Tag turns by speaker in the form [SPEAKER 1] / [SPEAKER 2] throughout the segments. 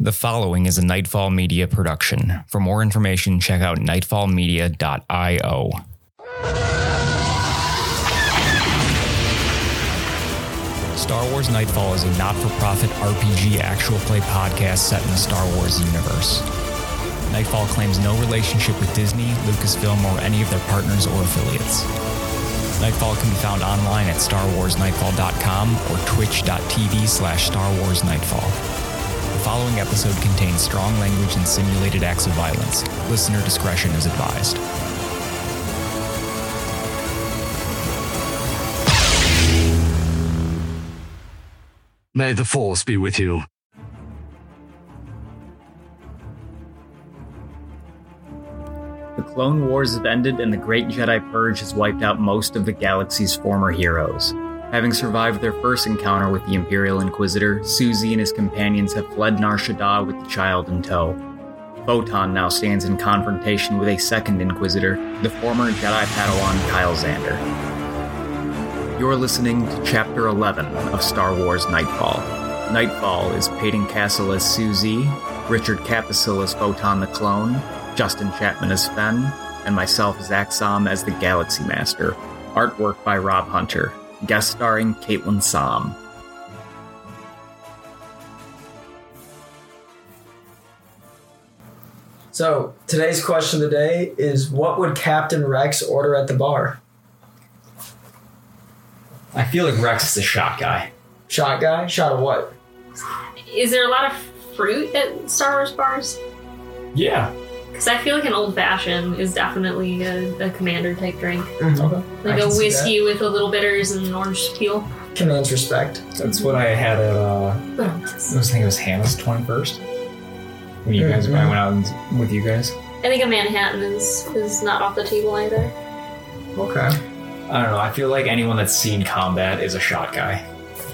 [SPEAKER 1] The following is a Nightfall Media production. For more information, check out nightfallmedia.io. Star Wars Nightfall is a not for profit RPG actual play podcast set in the Star Wars universe. Nightfall claims no relationship with Disney, Lucasfilm, or any of their partners or affiliates. Nightfall can be found online at starwarsnightfall.com or twitch.tv slash Star Wars Nightfall. The following episode contains strong language and simulated acts of violence. Listener discretion is advised.
[SPEAKER 2] May the Force be with you.
[SPEAKER 3] The Clone Wars have ended and the Great Jedi Purge has wiped out most of the galaxy's former heroes. Having survived their first encounter with the Imperial Inquisitor, Susie and his companions have fled Nar Shaddaa with the child in tow. Photon now stands in confrontation with a second Inquisitor, the former Jedi Padawan Kyle Xander. You're listening to Chapter 11 of Star Wars Nightfall. Nightfall is Peyton Castle as Susie, Richard Capicil as Photon the Clone, Justin Chapman as Fen, and myself as Axom as the Galaxy Master. Artwork by Rob Hunter. Guest starring Caitlin Somm.
[SPEAKER 4] So today's question of the day is what would Captain Rex order at the bar?
[SPEAKER 3] I feel like Rex is a shot guy.
[SPEAKER 4] Shot guy? Shot of what?
[SPEAKER 5] Is there a lot of fruit at Star Wars bars?
[SPEAKER 3] Yeah.
[SPEAKER 5] Because I feel like an old fashioned is definitely a, a commander type drink,
[SPEAKER 4] Okay. I
[SPEAKER 5] like a
[SPEAKER 4] can see
[SPEAKER 5] whiskey with a little bitters and an orange peel.
[SPEAKER 4] that. Commands respect.
[SPEAKER 1] That's what I had at, uh, I
[SPEAKER 5] I
[SPEAKER 1] was thinking it was Hannah's 21st. When you guys, when I went out and, with you guys.
[SPEAKER 5] think a Manhattan is is not off the table either.
[SPEAKER 4] Okay.
[SPEAKER 1] I don't know. I feel like anyone that's seen combat is a shot guy.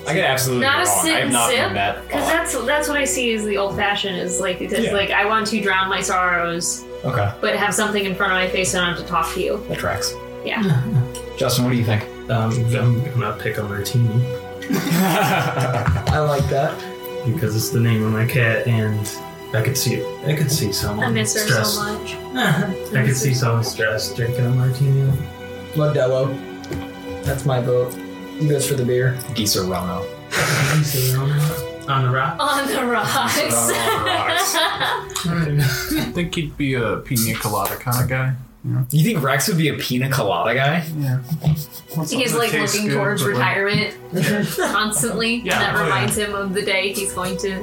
[SPEAKER 1] I could absolutely
[SPEAKER 5] Not a
[SPEAKER 1] be wrong.
[SPEAKER 5] sit
[SPEAKER 1] I have
[SPEAKER 5] and
[SPEAKER 1] not
[SPEAKER 5] sip?
[SPEAKER 1] done that.
[SPEAKER 5] Because that's that's what I see is the old fashioned is like it's
[SPEAKER 1] Yeah.
[SPEAKER 5] like I want to drown my sorrows,
[SPEAKER 1] Okay,
[SPEAKER 5] but have something in front of my face and I don't have to talk to you.
[SPEAKER 1] that tracks.
[SPEAKER 5] Yeah.
[SPEAKER 1] Justin, what do you think?
[SPEAKER 6] Um, I'm gonna pick a martini
[SPEAKER 4] I like that.
[SPEAKER 6] because it's the name of my cat, and I could see I could see someone
[SPEAKER 5] I miss her
[SPEAKER 6] stressed.
[SPEAKER 5] so much.
[SPEAKER 6] I could see someone stressed drinking a martini.
[SPEAKER 4] Modelo. That's my vote. You goes for the beer.
[SPEAKER 1] Geese or Rano?
[SPEAKER 6] You see the rock? On the rock.
[SPEAKER 5] On the rocks.
[SPEAKER 7] I think he'd be a pina colada kind of guy.
[SPEAKER 1] You think Rex would be a pina colada guy?
[SPEAKER 7] Yeah.
[SPEAKER 5] He's like looking towards retirement constantly,
[SPEAKER 7] Yeah,
[SPEAKER 5] and that
[SPEAKER 7] oh, yeah.
[SPEAKER 5] reminds him of the day he's going to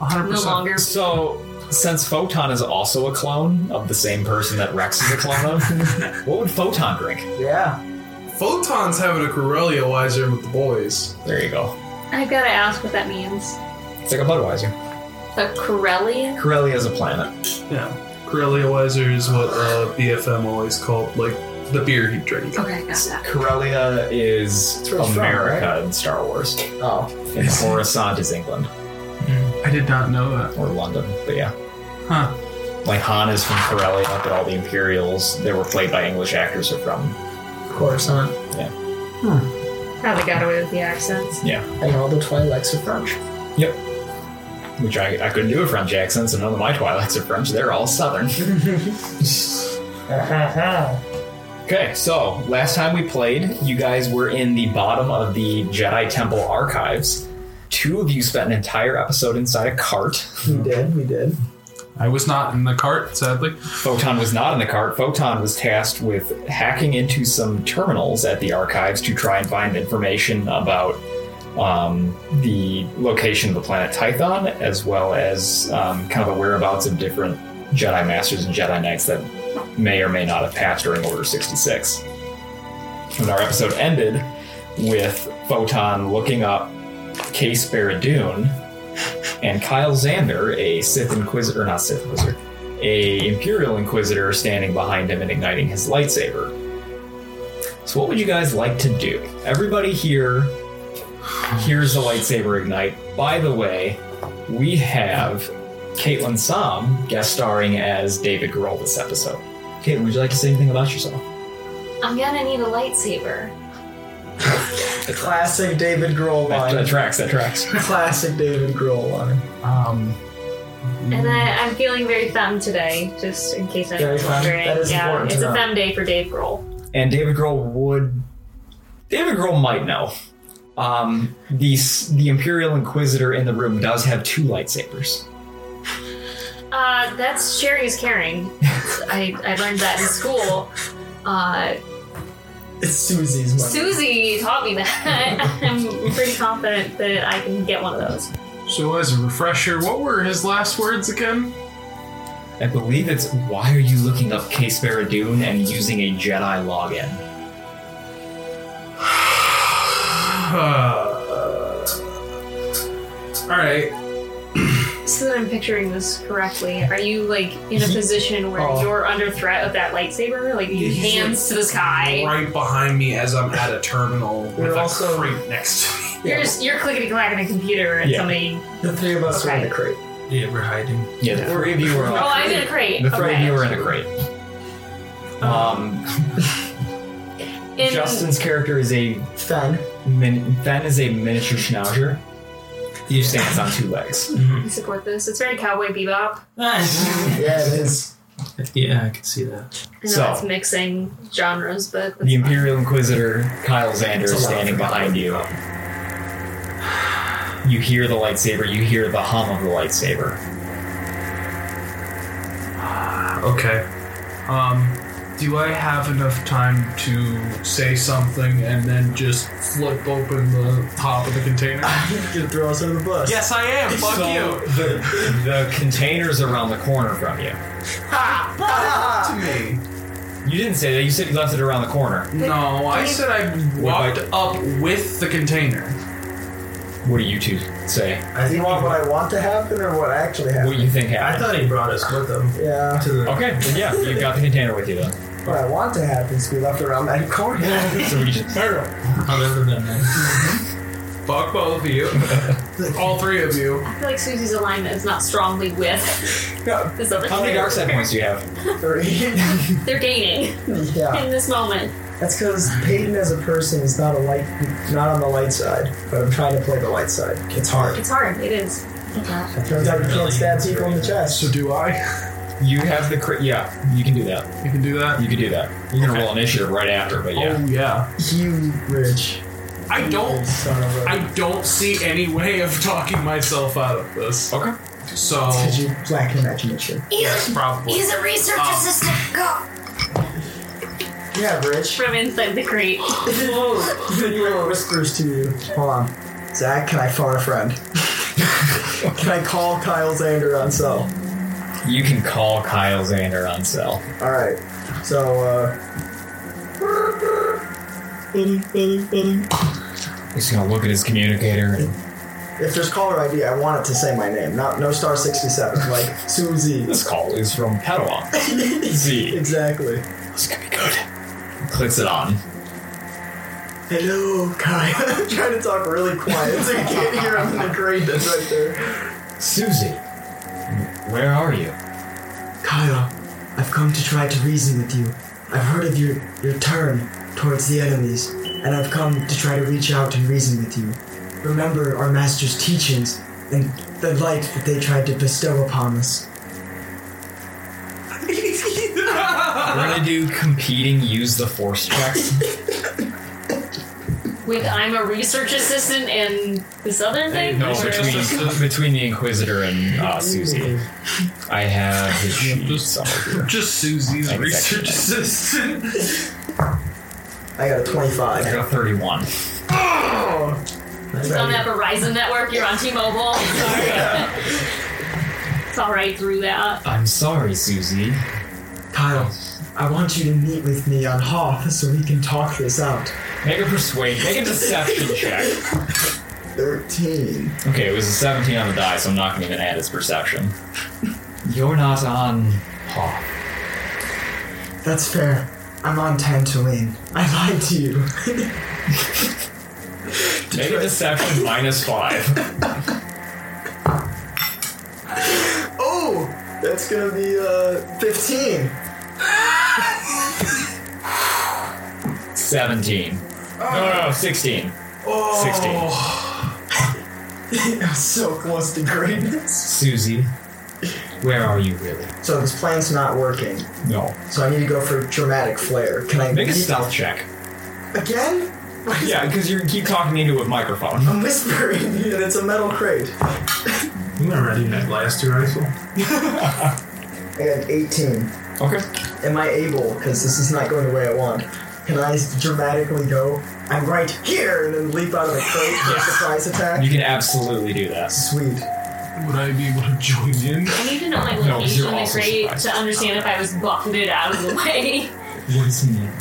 [SPEAKER 7] 100%.
[SPEAKER 5] no longer.
[SPEAKER 1] So, since Photon is also a clone of the same person that Rex is a clone of, what would Photon drink?
[SPEAKER 4] Yeah.
[SPEAKER 8] Photon's having a Corellia wiser with the boys.
[SPEAKER 1] There you go.
[SPEAKER 5] I've got to ask what that means.
[SPEAKER 1] It's like a Budweiser.
[SPEAKER 5] A Corellia?
[SPEAKER 1] Corellia is a planet.
[SPEAKER 6] Yeah, Corellia Wiser is what uh, BFM always called like the beer he drank.
[SPEAKER 5] Okay, got that.
[SPEAKER 1] Corellia is
[SPEAKER 4] where it's from,
[SPEAKER 1] America in Star Wars.
[SPEAKER 4] Oh.
[SPEAKER 1] And Coruscant is England
[SPEAKER 6] I did not know that.
[SPEAKER 1] or London. But yeah.
[SPEAKER 6] Huh.
[SPEAKER 1] Like Han is from Corellia, but all the Imperials that were played by English actors are from.
[SPEAKER 4] Coruscant.
[SPEAKER 5] Probably got away with the accents.
[SPEAKER 4] And all the Twilights are French.
[SPEAKER 1] Which I, I couldn't do a French accent, so none of my Twilights are French. They're all Southern. Okay, so last time we played, you guys were in the bottom of the Jedi Temple archives. Two of you spent an entire episode inside a cart.
[SPEAKER 4] we did, we did.
[SPEAKER 7] I was not in the cart, sadly.
[SPEAKER 1] Photon was not in the cart. Photon was tasked with hacking into some terminals at the archives to try and find information about um, the location of the planet Tython, as well as um, kind of the whereabouts of different Jedi Masters and Jedi Knights that may or may not have passed during Order 66. And our episode ended with Photon looking up Case Baradun and Kyle Xander, a Sith Inquisitor, not Sith Wizard, a Imperial Inquisitor standing behind him and igniting his lightsaber. So, what would you guys like to do? Everybody here hears the lightsaber ignite. By the way, we have Caitlin Somm guest starring as David Grohl this episode. Caitlin, would you like to say anything about yourself?
[SPEAKER 5] I'm gonna need a lightsaber.
[SPEAKER 4] Classic David Grohl
[SPEAKER 1] That,
[SPEAKER 4] line.
[SPEAKER 1] that tracks. That tracks.
[SPEAKER 4] Classic David Grohl line.
[SPEAKER 7] Um,
[SPEAKER 5] And I, I'm feeling very femme today, just in case
[SPEAKER 4] Mm. Very
[SPEAKER 5] anyone's
[SPEAKER 4] femme.
[SPEAKER 5] wondering.
[SPEAKER 4] That is
[SPEAKER 5] yeah,
[SPEAKER 4] important to
[SPEAKER 5] it's a
[SPEAKER 4] know.
[SPEAKER 5] femme day for Dave Grohl.
[SPEAKER 6] and David Grohl would. David Grohl might know. Um, the s- the Imperial Inquisitor in the room does have two lightsabers.
[SPEAKER 5] Uh, that's Sherry's caring. I, I learned that in school. Uh,
[SPEAKER 4] It's Susie's money.
[SPEAKER 5] Susie taught me that. I'm pretty confident that I can get one of those.
[SPEAKER 9] So, as a refresher, what were his last words again?
[SPEAKER 6] I believe it's why are you looking up Case Veradun and using a Jedi login?
[SPEAKER 9] All right.
[SPEAKER 5] So that I'm picturing this correctly, are you like in a position where
[SPEAKER 7] Oh.
[SPEAKER 5] you're under threat of that lightsaber? Like you
[SPEAKER 7] He's just,
[SPEAKER 5] hands to the sky.
[SPEAKER 7] Right behind me as I'm at a terminal with
[SPEAKER 4] We're
[SPEAKER 7] a
[SPEAKER 4] also-
[SPEAKER 7] crate next to me.
[SPEAKER 5] You're just you're clickety clacking a computer and
[SPEAKER 6] Yeah.
[SPEAKER 5] somebody.
[SPEAKER 4] The three of us are in the crate.
[SPEAKER 10] Yeah, we're hiding.
[SPEAKER 6] Yeah, the three of you were
[SPEAKER 5] Oh,
[SPEAKER 6] on,
[SPEAKER 5] I'm in a crate.
[SPEAKER 6] the three of
[SPEAKER 5] okay.
[SPEAKER 6] you were in a crate. Um,
[SPEAKER 5] In-
[SPEAKER 6] Justin's character is a
[SPEAKER 4] Fen.
[SPEAKER 6] min, Fen is a miniature schnauzer. He stands on two legs.
[SPEAKER 5] I support this. It's very cowboy bebop.
[SPEAKER 4] Yeah, it is.
[SPEAKER 10] yeah, I can see that.
[SPEAKER 5] I know
[SPEAKER 6] So-
[SPEAKER 5] that's mixing genres, but that's
[SPEAKER 6] The Imperial Inquisitor, Kyle Xander, is
[SPEAKER 4] It's a lot
[SPEAKER 6] standing
[SPEAKER 4] for
[SPEAKER 6] behind you. You hear the lightsaber, you hear the hum of the lightsaber.
[SPEAKER 9] Okay.
[SPEAKER 7] Um, do I have enough time to say something and then just flip open the top of the container?
[SPEAKER 4] You throw us under the bus.
[SPEAKER 7] yes, I am. Fuck
[SPEAKER 6] So,
[SPEAKER 7] you.
[SPEAKER 6] The, the container's around the corner from you.
[SPEAKER 7] To me.
[SPEAKER 6] You didn't say that, you said you left it around the corner.
[SPEAKER 7] No, I said I walked up with the container.
[SPEAKER 6] What do you two say?
[SPEAKER 4] I think you want what I want to happen or what actually
[SPEAKER 6] What
[SPEAKER 4] happened?
[SPEAKER 6] you think
[SPEAKER 10] I
[SPEAKER 6] happened?
[SPEAKER 10] thought he brought us with him
[SPEAKER 4] yeah.
[SPEAKER 10] to the.
[SPEAKER 6] Okay, then yeah, you got the container with you then.
[SPEAKER 4] What I want to happen is to be left around that corner.
[SPEAKER 6] So we just
[SPEAKER 10] I've never done that.
[SPEAKER 7] Fuck both of you. All three of you.
[SPEAKER 5] I feel like Susie's alignment is not strongly with
[SPEAKER 4] Yeah.
[SPEAKER 5] this other
[SPEAKER 6] How many dark side
[SPEAKER 5] character.
[SPEAKER 6] points do you have?
[SPEAKER 4] Three.
[SPEAKER 5] They're gaining
[SPEAKER 6] Ah.
[SPEAKER 4] yeah.
[SPEAKER 5] in this moment.
[SPEAKER 4] That's because Peyton as a person is not a light, not on the light side. But I'm trying to play the light side. It's hard.
[SPEAKER 5] It's hard. It is.
[SPEAKER 4] It turns out you can't stab people in the chest.
[SPEAKER 7] So do I?
[SPEAKER 6] You have the crit. Yeah, you can do that.
[SPEAKER 7] You can do that?
[SPEAKER 6] You can do that. You're gonna roll initiative right after, but yeah.
[SPEAKER 7] Oh yeah.
[SPEAKER 4] You rich
[SPEAKER 7] I don't
[SPEAKER 4] son of a.
[SPEAKER 7] I don't see any way of talking myself out of this.
[SPEAKER 6] Okay.
[SPEAKER 7] So
[SPEAKER 4] Did you lack imagination?
[SPEAKER 7] yes, probably.
[SPEAKER 5] a research
[SPEAKER 7] Oh.
[SPEAKER 5] assistant. Go
[SPEAKER 4] Yeah, rich.
[SPEAKER 5] from inside the crate.
[SPEAKER 4] Video whispers to you. Hold on, Zach. Can I phone a friend? can I call Kyle Zander on cell?
[SPEAKER 6] You can call Kyle Xander on cell.
[SPEAKER 4] All right. So. uh...
[SPEAKER 6] He's gonna look at his communicator and
[SPEAKER 4] If there's caller ID, I want it to say my name, not no star sixty seven, like Susie.
[SPEAKER 6] this call is from Padawan. Z.
[SPEAKER 4] Exactly.
[SPEAKER 6] This could be good. Clicks it on.
[SPEAKER 4] Hello, Kai. I'm trying to talk really quiet so you can't hear him in the grate that's right there.
[SPEAKER 6] Susie, where are you?
[SPEAKER 4] Kyle, I've come to try to reason with you. I've heard of your, your turn towards the enemies, and I've come to try to reach out and reason with you. Remember our master's teachings and the light that they tried to bestow upon us.
[SPEAKER 6] We're gonna do competing use the force checks.
[SPEAKER 5] With I'm a research assistant and this other thing.
[SPEAKER 6] No,
[SPEAKER 5] Or-
[SPEAKER 6] between between the Inquisitor and uh, Susie. I have his sheet somewhere. here.
[SPEAKER 7] Just Susie's
[SPEAKER 6] Thank you, thank you,
[SPEAKER 7] research assistant.
[SPEAKER 4] I got a
[SPEAKER 6] I
[SPEAKER 4] 25.
[SPEAKER 6] got 31.
[SPEAKER 5] It's on that Verizon network. You're on T-Mobile. it's all right through that.
[SPEAKER 6] I'm sorry, Susie.
[SPEAKER 4] Kyle, I want you to meet with me on Hoth so we can talk this out.
[SPEAKER 6] Make a persuade, make a deception check.
[SPEAKER 4] 13.
[SPEAKER 6] Okay, it was a 17 on the die, so I'm not going to even add his perception. You're not on Hoth.
[SPEAKER 4] That's fair. I'm on Tatooine. I lied to you.
[SPEAKER 6] Make a deception minus five.
[SPEAKER 4] Oh, that's gonna be uh 15.
[SPEAKER 6] 17. No, no, no, 16. 16. Oh.
[SPEAKER 4] I'm so close to greatness.
[SPEAKER 6] Susie, Where are you really?
[SPEAKER 4] So this plan's not working.
[SPEAKER 6] No.
[SPEAKER 4] So I need to go for dramatic flair. Can I
[SPEAKER 6] Make a
[SPEAKER 4] keep-
[SPEAKER 6] stealth check.
[SPEAKER 4] again? What is-
[SPEAKER 6] Yeah, because you keep talking into a microphone.
[SPEAKER 4] I'm whispering, and it's a metal crate.
[SPEAKER 7] I'm already in that blaster rifle.
[SPEAKER 4] I got 18.
[SPEAKER 6] Okay.
[SPEAKER 4] Am I able? Because this is not going the way I want. Can I dramatically go? I'm right here, and then leap out of the crate for a surprise attack.
[SPEAKER 6] You can absolutely do this.
[SPEAKER 4] Sweet.
[SPEAKER 11] Oh,
[SPEAKER 7] Would I be able to join in?
[SPEAKER 5] I need to know my
[SPEAKER 6] No,
[SPEAKER 5] location
[SPEAKER 6] 'cause you're
[SPEAKER 5] in the
[SPEAKER 6] also
[SPEAKER 5] grate
[SPEAKER 6] surprised.
[SPEAKER 5] to understand if I was buffeted out of the way.
[SPEAKER 6] What does he mean?
[SPEAKER 4] Oh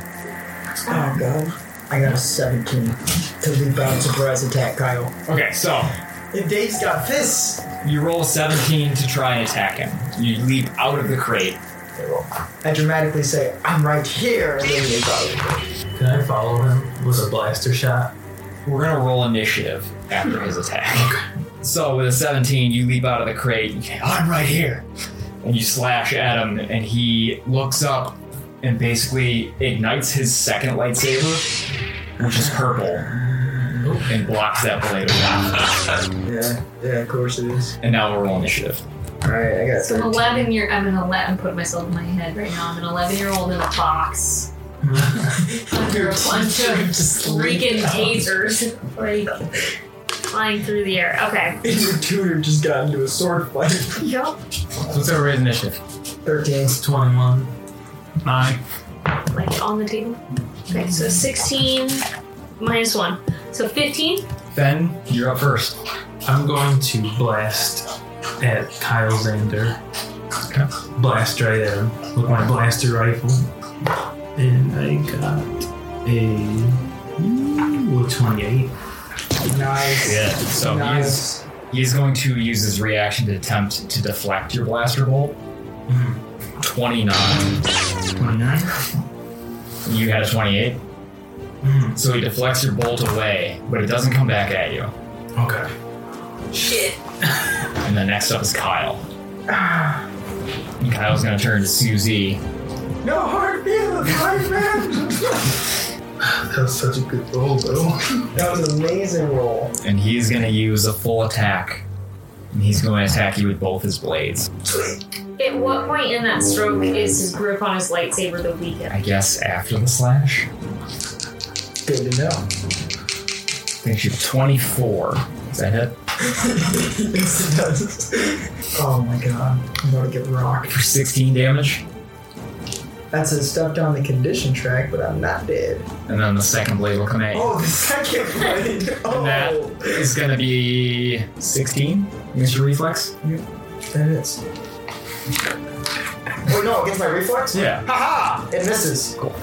[SPEAKER 4] god. I got a 17 to leap out surprise attack, Kyle.
[SPEAKER 6] Okay, so
[SPEAKER 4] And Dave's got fists.
[SPEAKER 6] you roll a 17 to try and attack him. You leap out of the crate.
[SPEAKER 4] I dramatically say, I'm right here. And then leap out of the crate.
[SPEAKER 1] Can I follow him with a blaster shot?
[SPEAKER 6] We're gonna roll initiative after his attack. So with a 17, you leap out of the crate. and you say, I'm right here, and you slash at him, and he looks up and basically ignites his second lightsaber, which is purple, and blocks that blade off.
[SPEAKER 4] Yeah, yeah, of course it is.
[SPEAKER 6] And now we'll roll initiative.
[SPEAKER 4] Alright, I got
[SPEAKER 5] I'm
[SPEAKER 4] 13.
[SPEAKER 5] 11 year. I'm an 11. I'm putting myself in my head right now. I'm an 11 year old in a box under a bunch of freaking tasers, like flying through the air. Okay.
[SPEAKER 4] And your tutor just got into a sword fight.
[SPEAKER 5] Yup.
[SPEAKER 1] What's our rate initiative?
[SPEAKER 4] 13.
[SPEAKER 1] It's 21.
[SPEAKER 7] Nine.
[SPEAKER 5] Like on the table. Okay, so 16 minus one, so 15.
[SPEAKER 1] Ben,
[SPEAKER 6] You're up first.
[SPEAKER 1] I'm going to blast at Kyle Zander. Blast right at him with my blaster rifle. And I got a ooh, a 28.
[SPEAKER 4] Nice.
[SPEAKER 6] Yeah. So he is
[SPEAKER 4] nice.
[SPEAKER 6] He is going to use his reaction to attempt to deflect your blaster bolt.
[SPEAKER 1] Hmm.
[SPEAKER 6] 29.
[SPEAKER 1] 29?
[SPEAKER 6] You had a 28.
[SPEAKER 1] Mm,
[SPEAKER 6] So he deflects your bolt away, but it doesn't come back at you.
[SPEAKER 1] okay.
[SPEAKER 5] Shit.
[SPEAKER 6] And then next up is Kyle. And Kyle's going to turn to Susie.
[SPEAKER 4] No hard feelings, hard man.
[SPEAKER 11] That was such a good roll, though.
[SPEAKER 4] That was an amazing roll.
[SPEAKER 6] And he's going to use a full attack. And he's going to attack you with both his blades.
[SPEAKER 5] At what point in that stroke is his grip on his lightsaber the weakest?
[SPEAKER 6] I guess after the slash.
[SPEAKER 4] Good to know.
[SPEAKER 6] I think she's 24. Is that it?
[SPEAKER 4] yes, it does. Oh my god. I'm about to get rocked.
[SPEAKER 6] For 16 damage.
[SPEAKER 4] That's a step down the condition track, but I'm not dead.
[SPEAKER 6] And then the second blade will come at you.
[SPEAKER 4] Oh, the second blade. Oh,
[SPEAKER 6] That is gonna be 16 against your reflex.
[SPEAKER 4] That is. Oh no, against my reflex?
[SPEAKER 6] Yeah.
[SPEAKER 4] Haha! It misses. Cool.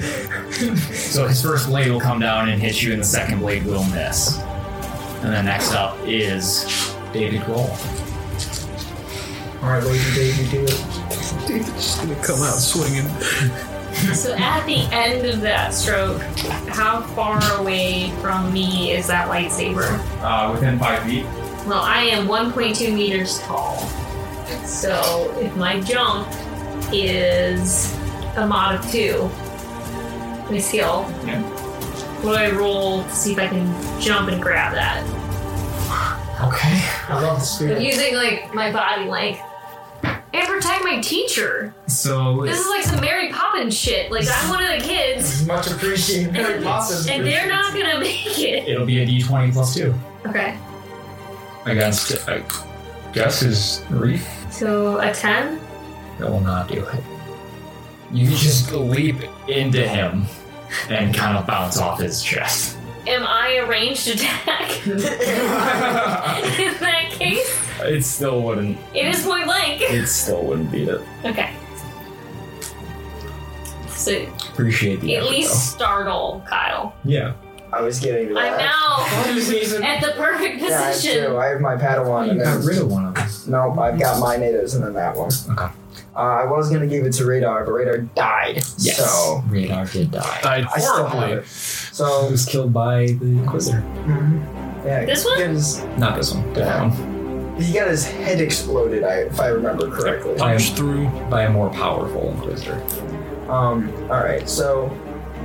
[SPEAKER 6] So his first blade will come down and hit you, and the second blade will miss. And then next up is David Roll.
[SPEAKER 4] Alright, lady baby, do it.
[SPEAKER 11] Come out swinging.
[SPEAKER 5] So at the end of that stroke, how far away from me is that lightsaber?
[SPEAKER 6] Uh, within five feet.
[SPEAKER 5] Well, I am 1.2 meters tall. So if my jump is a mod of two, my skill,
[SPEAKER 6] Yeah.
[SPEAKER 5] what do I roll to see if I can jump and grab that?
[SPEAKER 6] Okay.
[SPEAKER 4] I love the
[SPEAKER 5] I'm
[SPEAKER 4] spirit.
[SPEAKER 5] using like my body length. And protect my teacher.
[SPEAKER 6] So
[SPEAKER 5] This is like some Mary Poppins shit. Like I'm one of the kids,
[SPEAKER 4] It's much appreciated. Mary Poppins.
[SPEAKER 5] and they're not gonna make it.
[SPEAKER 6] it'll be a d20 plus two
[SPEAKER 5] Okay.
[SPEAKER 6] against. I guess is reef.
[SPEAKER 5] So a ten.
[SPEAKER 6] That will not do it. You just leap into him and kind of bounce off his chest.
[SPEAKER 5] Am I a ranged attack? In that case,
[SPEAKER 6] it still wouldn't.
[SPEAKER 5] it is point blank.
[SPEAKER 6] It still wouldn't beat it.
[SPEAKER 5] Okay. So
[SPEAKER 6] Appreciate the
[SPEAKER 5] at
[SPEAKER 6] effort,
[SPEAKER 5] least startle Kyle.
[SPEAKER 6] though. Yeah.
[SPEAKER 4] I was getting to
[SPEAKER 5] I'm now
[SPEAKER 4] now.
[SPEAKER 5] at the perfect
[SPEAKER 4] Yeah, I
[SPEAKER 5] position.
[SPEAKER 4] do. I have my Padawan.
[SPEAKER 6] You
[SPEAKER 4] and
[SPEAKER 6] got
[SPEAKER 4] then-
[SPEAKER 6] rid of one of them.
[SPEAKER 4] Nope, I've got my natives and then that one.
[SPEAKER 6] Okay.
[SPEAKER 4] Uh, I was gonna give it to Radar, but Radar died. So
[SPEAKER 6] radar did die.
[SPEAKER 7] Died
[SPEAKER 4] I still have
[SPEAKER 7] horribly.
[SPEAKER 4] it. So
[SPEAKER 1] was killed by the Inquisitor.
[SPEAKER 4] Mm-hmm. yeah,
[SPEAKER 5] This
[SPEAKER 4] he
[SPEAKER 5] one?
[SPEAKER 4] got his-
[SPEAKER 6] Not this one. That one.
[SPEAKER 4] he got his head exploded. I, if I remember correctly.
[SPEAKER 7] Punched through.
[SPEAKER 6] By a more powerful inquisitor.
[SPEAKER 4] Um. All right. So,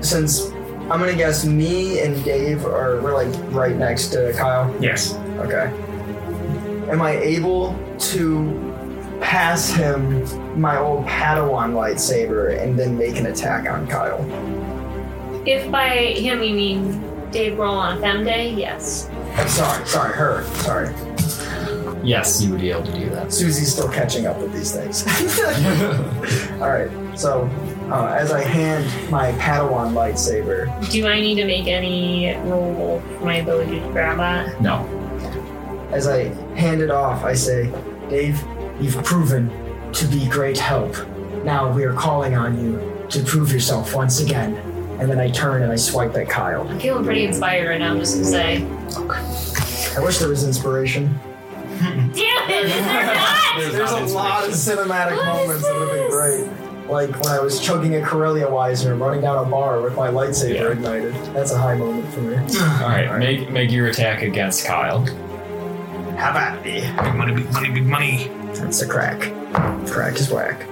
[SPEAKER 4] since I'm gonna guess me and Dave are we're like right next to Kyle.
[SPEAKER 6] Yes.
[SPEAKER 4] Okay. am I able to pass him my old Padawan lightsaber and then make an attack on Kyle?
[SPEAKER 5] If by him you mean Dave Roll on Fem Day, yes.
[SPEAKER 4] I'm sorry, sorry, her. Sorry.
[SPEAKER 6] Yes, you would be able to do that.
[SPEAKER 4] Susie's still catching up with these things. All right, so uh, as I hand my Padawan lightsaber,
[SPEAKER 5] Do I need to make any roll for my ability to grab that?
[SPEAKER 6] No.
[SPEAKER 4] as I hand it off, I say, Dave, you've proven to be great help. Now we are calling on you to prove yourself once again. And then I turn and I swipe at Kyle.
[SPEAKER 5] I'm feeling pretty inspired right now, I'm just gonna say.
[SPEAKER 4] I wish there was inspiration.
[SPEAKER 5] Damn it, is there not?
[SPEAKER 4] There's a lot of cinematic
[SPEAKER 5] What is
[SPEAKER 4] moments that would have been great. Like when I was chugging a Corellia Weiser and running down a bar with my lightsaber
[SPEAKER 6] Yeah.
[SPEAKER 4] ignited. That's a high moment for me.
[SPEAKER 6] All right, make make your attack against Kyle.
[SPEAKER 4] How about me?
[SPEAKER 12] Big money, big money, big money.
[SPEAKER 4] That's a crack. Crack is whack.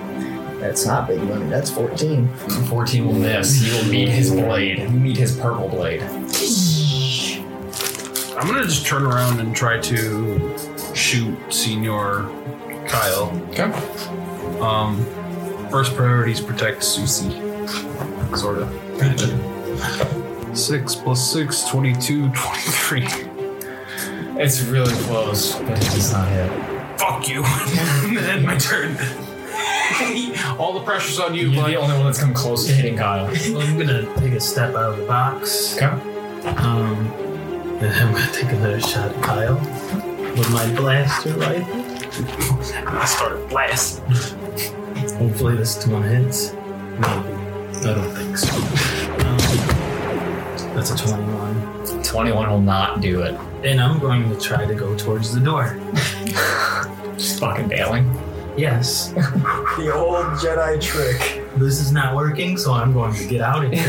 [SPEAKER 4] That's not big money. That's 14.
[SPEAKER 6] 14 will miss. He will meet his blade. You meet his purple blade.
[SPEAKER 12] I'm gonna just turn around and try to shoot Senor Kyle.
[SPEAKER 6] Okay.
[SPEAKER 12] Um, first priority is protect Susie. Sorta. Six plus six, 22, 23.
[SPEAKER 6] It's really close, but it does not hit.
[SPEAKER 12] Fuck you. End my turn. All the pressure's on you,
[SPEAKER 6] You're
[SPEAKER 12] buddy.
[SPEAKER 6] the only one that's come close to hitting Kyle.
[SPEAKER 13] I'm gonna take a step out of the box.
[SPEAKER 6] Okay.
[SPEAKER 13] Um, and I'm gonna take another shot at Kyle with my blaster rifle. I start blasting. Hopefully this one hits. Maybe. I don't think so. Um, that's a 21.
[SPEAKER 6] 21 will not do it.
[SPEAKER 13] And I'm going to try to go towards the door.
[SPEAKER 6] Just fucking bailing.
[SPEAKER 13] Yes,
[SPEAKER 4] The old Jedi trick.
[SPEAKER 13] this is not working, so I'm going to get out of here.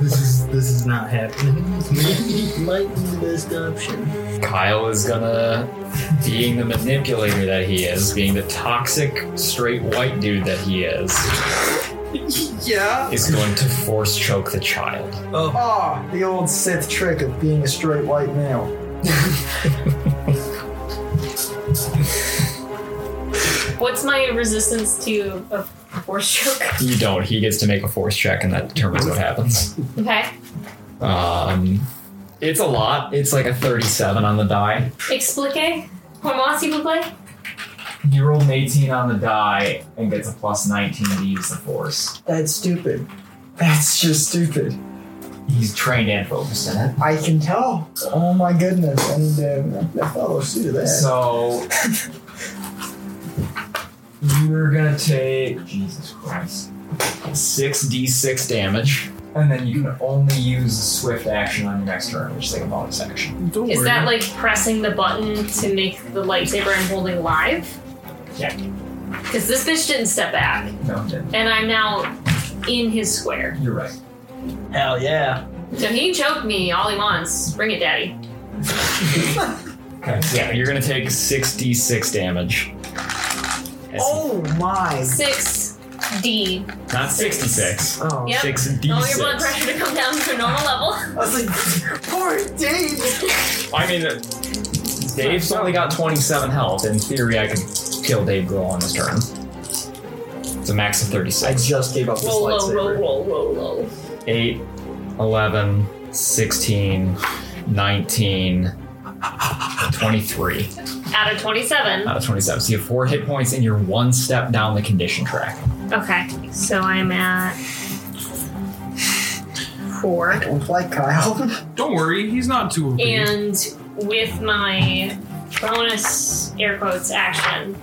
[SPEAKER 13] this is this is not happening. Maybe it might be the best option.
[SPEAKER 6] Kyle is gonna, being the manipulator that he is, being the toxic straight white dude that he is,
[SPEAKER 4] Yeah.
[SPEAKER 6] is going to force choke the child.
[SPEAKER 4] Ah, the old Sith trick of being a straight white male.
[SPEAKER 5] What's my resistance to a force choke?
[SPEAKER 6] You don't. He gets to make a force check, and that determines what happens.
[SPEAKER 5] Okay.
[SPEAKER 6] Um, it's a lot. It's like a 37 on the die.
[SPEAKER 5] Explique? Hormasi would play?
[SPEAKER 6] He rolled an 18 on the die and gets a plus 19 to use the force.
[SPEAKER 4] That's stupid. That's just stupid.
[SPEAKER 6] He's trained and focused in it.
[SPEAKER 4] I can tell. Oh my goodness. And um, that fellow suit that.
[SPEAKER 6] So you're gonna take Jesus Christ six d6 damage, and then you can only use a swift action on your next turn, which is like a bonus action.
[SPEAKER 12] Don't
[SPEAKER 5] Is
[SPEAKER 12] worry.
[SPEAKER 5] that like pressing the button to make the lightsaber I'm holding live?
[SPEAKER 6] Yeah.
[SPEAKER 5] Because this bitch didn't step back,
[SPEAKER 6] No, it didn't.
[SPEAKER 5] and I'm now in his square.
[SPEAKER 6] you're right.
[SPEAKER 4] Hell yeah.
[SPEAKER 5] So he choked me all he wants. Bring it, daddy.
[SPEAKER 6] Okay, yeah, you're gonna take six d6 damage. As-
[SPEAKER 4] Oh my.
[SPEAKER 5] Six D.
[SPEAKER 6] not 66.
[SPEAKER 4] Oh.
[SPEAKER 5] Yep.
[SPEAKER 6] Six
[SPEAKER 5] I
[SPEAKER 6] d6.
[SPEAKER 5] want your blood pressure to come down to a normal level.
[SPEAKER 4] I was like, poor Dave.
[SPEAKER 6] I mean, uh, Dave's only got 27 health. In theory, I could kill Dave Grohl on his turn. It's a max of 36.
[SPEAKER 4] I just gave up this
[SPEAKER 5] Roll low, roll,
[SPEAKER 4] lightsaber.
[SPEAKER 5] roll, roll, low.
[SPEAKER 6] 8, 11, 16, 19, 23
[SPEAKER 5] Out of twenty-seven.
[SPEAKER 6] out of 27. So you have four hit points and you're one step down the condition track.
[SPEAKER 5] Okay, so I'm at four.
[SPEAKER 4] Don't like Kyle.
[SPEAKER 12] Don't worry, he's not too OP.
[SPEAKER 5] And with my bonus air quotes action,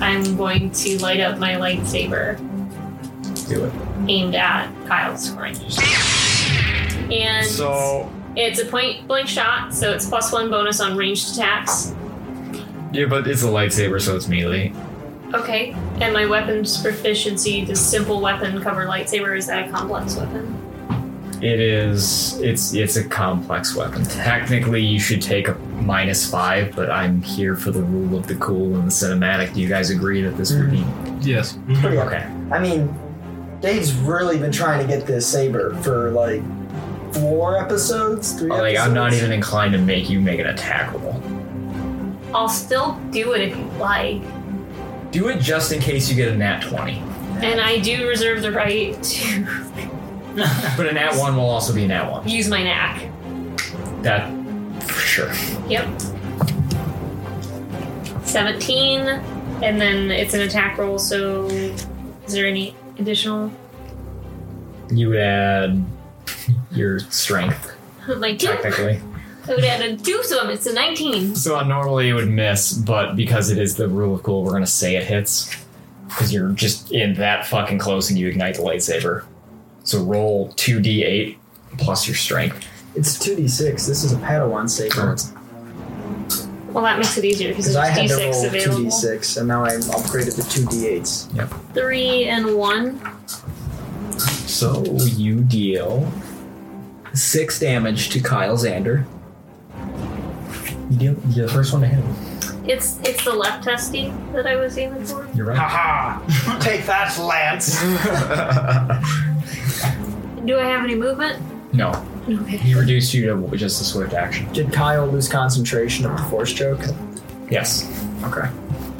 [SPEAKER 5] I'm going to light up my lightsaber
[SPEAKER 6] Do it.
[SPEAKER 5] aimed at Kyle's range. And
[SPEAKER 6] So
[SPEAKER 5] it's a point blank shot, so it's plus one bonus on ranged attacks.
[SPEAKER 6] yeah, but it's a lightsaber, so it's melee.
[SPEAKER 5] Okay. And my weapon's proficiency, the simple weapon cover lightsaber, is that a complex weapon?
[SPEAKER 6] It is. It's it's a complex weapon. Technically, you should take a minus five, but I'm here for the rule of the cool and the cinematic. Do you guys agree that this would be
[SPEAKER 12] Yes.
[SPEAKER 6] okay?
[SPEAKER 4] I mean, Dave's really been trying to get this saber for like four episodes, three
[SPEAKER 6] Oh, Like,
[SPEAKER 4] episodes.
[SPEAKER 6] I'm not even inclined to make you make an attack roll.
[SPEAKER 5] I'll still do it if you like.
[SPEAKER 6] Do it just in case you get a nat 20.
[SPEAKER 5] And I do reserve the right to
[SPEAKER 6] But a nat 1 will also be a nat 1.
[SPEAKER 5] use my knack.
[SPEAKER 6] That, for sure.
[SPEAKER 5] Yep. 17, and then it's an attack roll, so is there any additional?
[SPEAKER 6] You would add your strength,
[SPEAKER 5] like, two?
[SPEAKER 6] technically.
[SPEAKER 5] I would add a 2 to him, it's a 19.
[SPEAKER 6] So uh, normally you would miss, but because it is the rule of cool, we're gonna say it hits. Because you're just in that fucking close and you ignite the lightsaber. So roll 2d8 plus your strength.
[SPEAKER 4] It's 2d6. This is a Padawan saber.
[SPEAKER 6] Oh.
[SPEAKER 5] Well, that makes it easier because
[SPEAKER 4] Because I
[SPEAKER 5] there's
[SPEAKER 4] had to roll
[SPEAKER 5] d6 available.
[SPEAKER 4] 2d6, and now I'm upgraded to 2d8s.
[SPEAKER 6] Yep.
[SPEAKER 5] 3 and 1.
[SPEAKER 6] So you deal 6 damage to Kyle Xander. You deal, you're the first one to hit him.
[SPEAKER 5] It's it's the left testy that I was aiming for.
[SPEAKER 6] You're right.
[SPEAKER 7] Haha! Take that, Lance!
[SPEAKER 5] Do I have any movement?
[SPEAKER 6] No.
[SPEAKER 5] Okay.
[SPEAKER 6] He reduced you to just a swift action.
[SPEAKER 4] Did Kyle lose concentration of the force choke?
[SPEAKER 6] Yes.
[SPEAKER 4] Okay.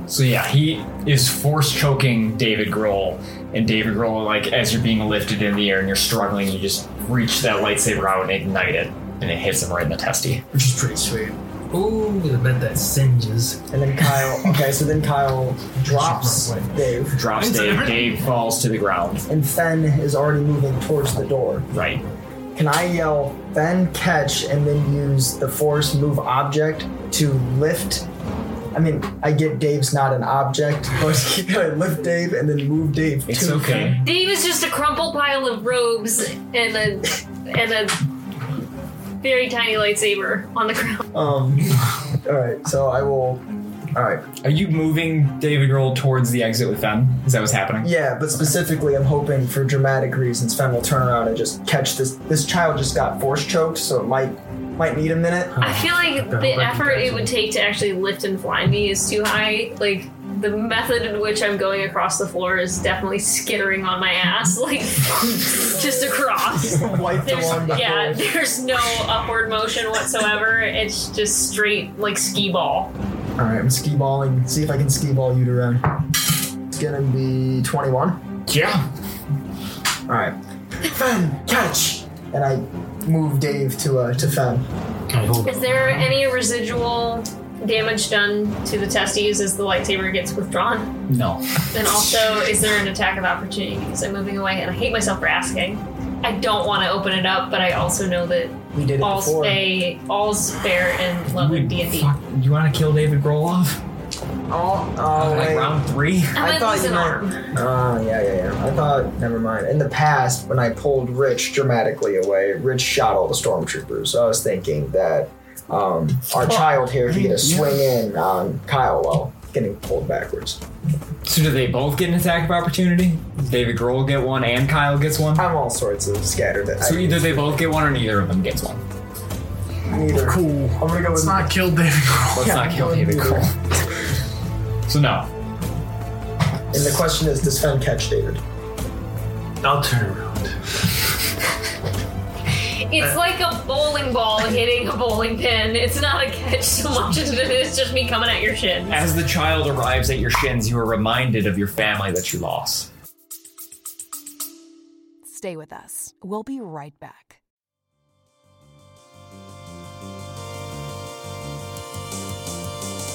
[SPEAKER 6] So yeah, he is force choking David Grohl, and David Grohl, like as you're being lifted in the air and you're struggling, you just reach that lightsaber out and ignite it, and it hits him right in the testy.
[SPEAKER 4] Which is pretty sweet.
[SPEAKER 3] Ooh, I bet that singes.
[SPEAKER 4] And then Kyle. Okay, so then Kyle drops Dave,
[SPEAKER 6] Drops Dave. Dave falls to the ground.
[SPEAKER 4] and Fen is already moving towards the door.
[SPEAKER 6] Right.
[SPEAKER 4] Can I yell Fen catch and then use the force move object to lift? I mean, I get Dave's not an object, but can I lift Dave and then move Dave?
[SPEAKER 6] It's
[SPEAKER 4] to
[SPEAKER 6] okay.
[SPEAKER 5] Dave is just a crumpled pile of robes and a and a very tiny lightsaber on the ground.
[SPEAKER 4] Um. All right. So I will. All right.
[SPEAKER 6] Are you moving David Grohl towards the exit with them? Is that what's happening?
[SPEAKER 4] Yeah, but specifically, I'm hoping for dramatic reasons. Fen will turn around and just catch this. This child just got force choked, so it might might need a minute.
[SPEAKER 5] I feel like the effort Oh, it would take to actually lift and fly me is too high. Like the method in which I'm going across the floor is definitely skittering on my ass, like just across.
[SPEAKER 4] Wiped
[SPEAKER 5] There's,
[SPEAKER 4] along the
[SPEAKER 5] yeah,
[SPEAKER 4] floor.
[SPEAKER 5] there's no upward motion whatsoever. It's just straight like skee ball.
[SPEAKER 4] All right, I'm skee balling. See if I can skee ball you to run. It's gonna be 21.
[SPEAKER 6] Yeah.
[SPEAKER 4] All right. Fen catch, and I move Dave to uh, to Fen.
[SPEAKER 3] I hold
[SPEAKER 5] Is there any residual damage done to the testes as the lightsaber gets withdrawn?
[SPEAKER 6] No.
[SPEAKER 5] And also, is there an attack of opportunity because I'm moving away and I hate myself for asking. I don't want to open it up, but I also know that
[SPEAKER 4] We did it
[SPEAKER 5] all's,
[SPEAKER 4] before.
[SPEAKER 5] fa- all's fair in love in D&D.
[SPEAKER 6] Fuck, you want to kill David Grohl off?
[SPEAKER 4] Oh, oh
[SPEAKER 6] Like
[SPEAKER 4] wait.
[SPEAKER 6] round three?
[SPEAKER 5] I might
[SPEAKER 4] thought
[SPEAKER 5] lose
[SPEAKER 4] you
[SPEAKER 5] an
[SPEAKER 4] meant-
[SPEAKER 5] arm.
[SPEAKER 4] Oh, yeah, yeah, yeah. I thought, never mind. In the past, when I pulled Rich dramatically away, Rich shot all the stormtroopers. So I was thinking that um, our child here could get a swing in on Kyle while getting pulled backwards.
[SPEAKER 6] So do they both get an attack of opportunity? Does David Grohl get one and Kyle gets one?
[SPEAKER 4] I'm all sorts of scattered. That
[SPEAKER 6] So
[SPEAKER 4] I,
[SPEAKER 6] either they both get one or neither of them gets one.
[SPEAKER 4] neither. Cool. I'm gonna go with
[SPEAKER 7] Let's not kill David Grohl.
[SPEAKER 6] Let's
[SPEAKER 4] Yeah,
[SPEAKER 6] not kill
[SPEAKER 4] I'm
[SPEAKER 6] David
[SPEAKER 4] neither.
[SPEAKER 6] Grohl. so no.
[SPEAKER 4] And the question is, does Fen catch David?
[SPEAKER 3] I'll turn around.
[SPEAKER 5] It's like a bowling ball hitting a bowling pin. It's not a catch so much as it is just me coming at your shins.
[SPEAKER 6] As the child arrives at your shins, you are reminded of your family that you lost.
[SPEAKER 14] Stay with us. We'll be right back.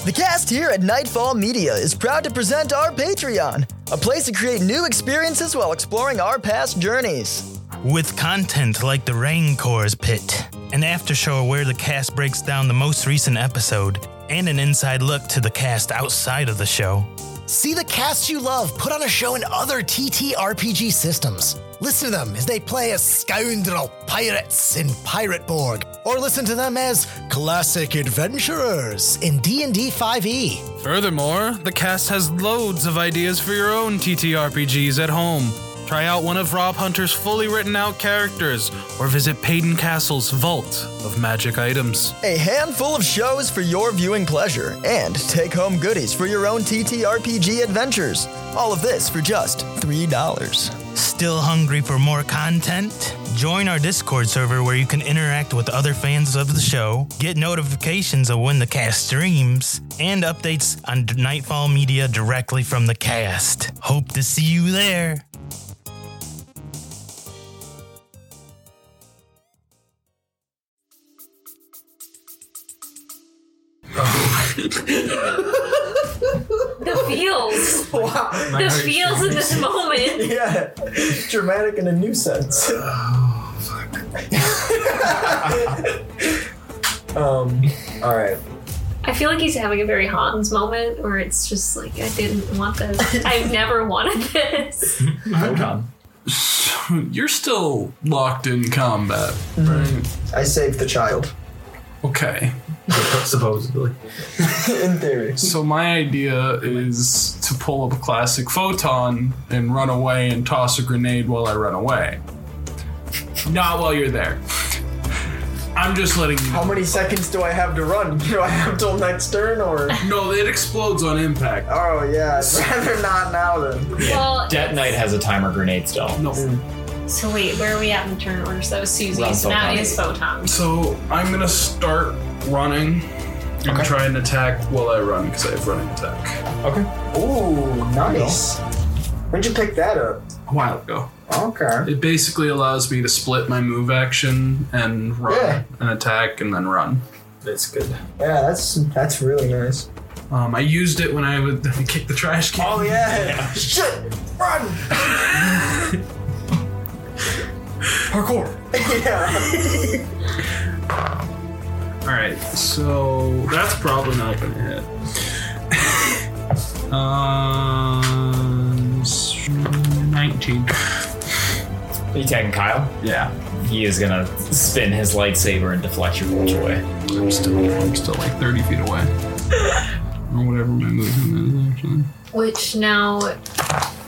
[SPEAKER 15] The cast here at Nightfall Media is proud to present our Patreon, a place to create new experiences while exploring our past journeys.
[SPEAKER 16] With content like the Raincor's Pit, an after show where the cast breaks down the most recent episode, and an inside look to the cast outside of the show.
[SPEAKER 17] See the cast you love put on a show in other TTRPG systems. Listen to them as they play as scoundrel pirates in Pirateborg, or listen to them as classic adventurers in D&D 5e.
[SPEAKER 7] Furthermore, the cast has loads of ideas for your own TTRPGs at home. Try out one of Rob Hunter's fully written out characters, or visit Payton Castle's vault of magic items.
[SPEAKER 15] A handful of shows for your viewing pleasure and take home goodies for your own TTRPG adventures. All of this for just $3.
[SPEAKER 18] Still hungry for more content? Join our Discord server where you can interact with other fans of the show, get notifications of when the cast streams, and updates on Nightfall Media directly from the cast. Hope to see you there.
[SPEAKER 5] The feels. Wow.
[SPEAKER 4] My
[SPEAKER 5] The
[SPEAKER 4] heart
[SPEAKER 5] feels in this moment.
[SPEAKER 4] Yeah. Dramatic in a new sense.
[SPEAKER 6] Oh,
[SPEAKER 4] um, all right.
[SPEAKER 5] I feel like he's having a very Hans moment where it's just like, I didn't want this. I've never wanted this.
[SPEAKER 7] You're still locked in combat.
[SPEAKER 6] Mhm.
[SPEAKER 4] I saved the child.
[SPEAKER 7] Okay.
[SPEAKER 13] Supposedly.
[SPEAKER 4] in theory.
[SPEAKER 7] So my idea is to pull up a classic photon and run away and toss a grenade while I run away. Not while you're there. I'm just letting you.
[SPEAKER 4] How many seconds do I have to run? Do I have till next turn or?
[SPEAKER 7] No, it explodes on impact.
[SPEAKER 4] Oh yeah, I'd rather not now then.
[SPEAKER 5] Well,
[SPEAKER 1] Detonite has a timer grenade still.
[SPEAKER 7] No.
[SPEAKER 5] so wait, where are we at in turn order? So that was
[SPEAKER 7] Round
[SPEAKER 5] Susie's. Now
[SPEAKER 7] photon.
[SPEAKER 5] it is Photon.
[SPEAKER 7] So I'm gonna start running and try and attack while I run because I have running attack.
[SPEAKER 4] Okay. Ooh, nice. When'd you pick that up?
[SPEAKER 7] A while ago.
[SPEAKER 4] Okay.
[SPEAKER 7] It basically allows me to split my move action and run
[SPEAKER 4] Yeah.
[SPEAKER 7] and attack and then run.
[SPEAKER 13] That's good.
[SPEAKER 4] Yeah, that's that's really nice.
[SPEAKER 7] Um, I used it when I would kick the trash can.
[SPEAKER 4] Oh yeah. Shit! Run!
[SPEAKER 7] Parkour.
[SPEAKER 4] yeah.
[SPEAKER 7] All right, so Oh. that's probably not gonna hit. um, s- nineteen.
[SPEAKER 1] Are you tagging Kyle?
[SPEAKER 7] Yeah.
[SPEAKER 1] He is gonna spin his lightsaber and deflect your punch away.
[SPEAKER 7] I'm still, I'm still like thirty feet away, or whatever my movement is actually.
[SPEAKER 5] Which now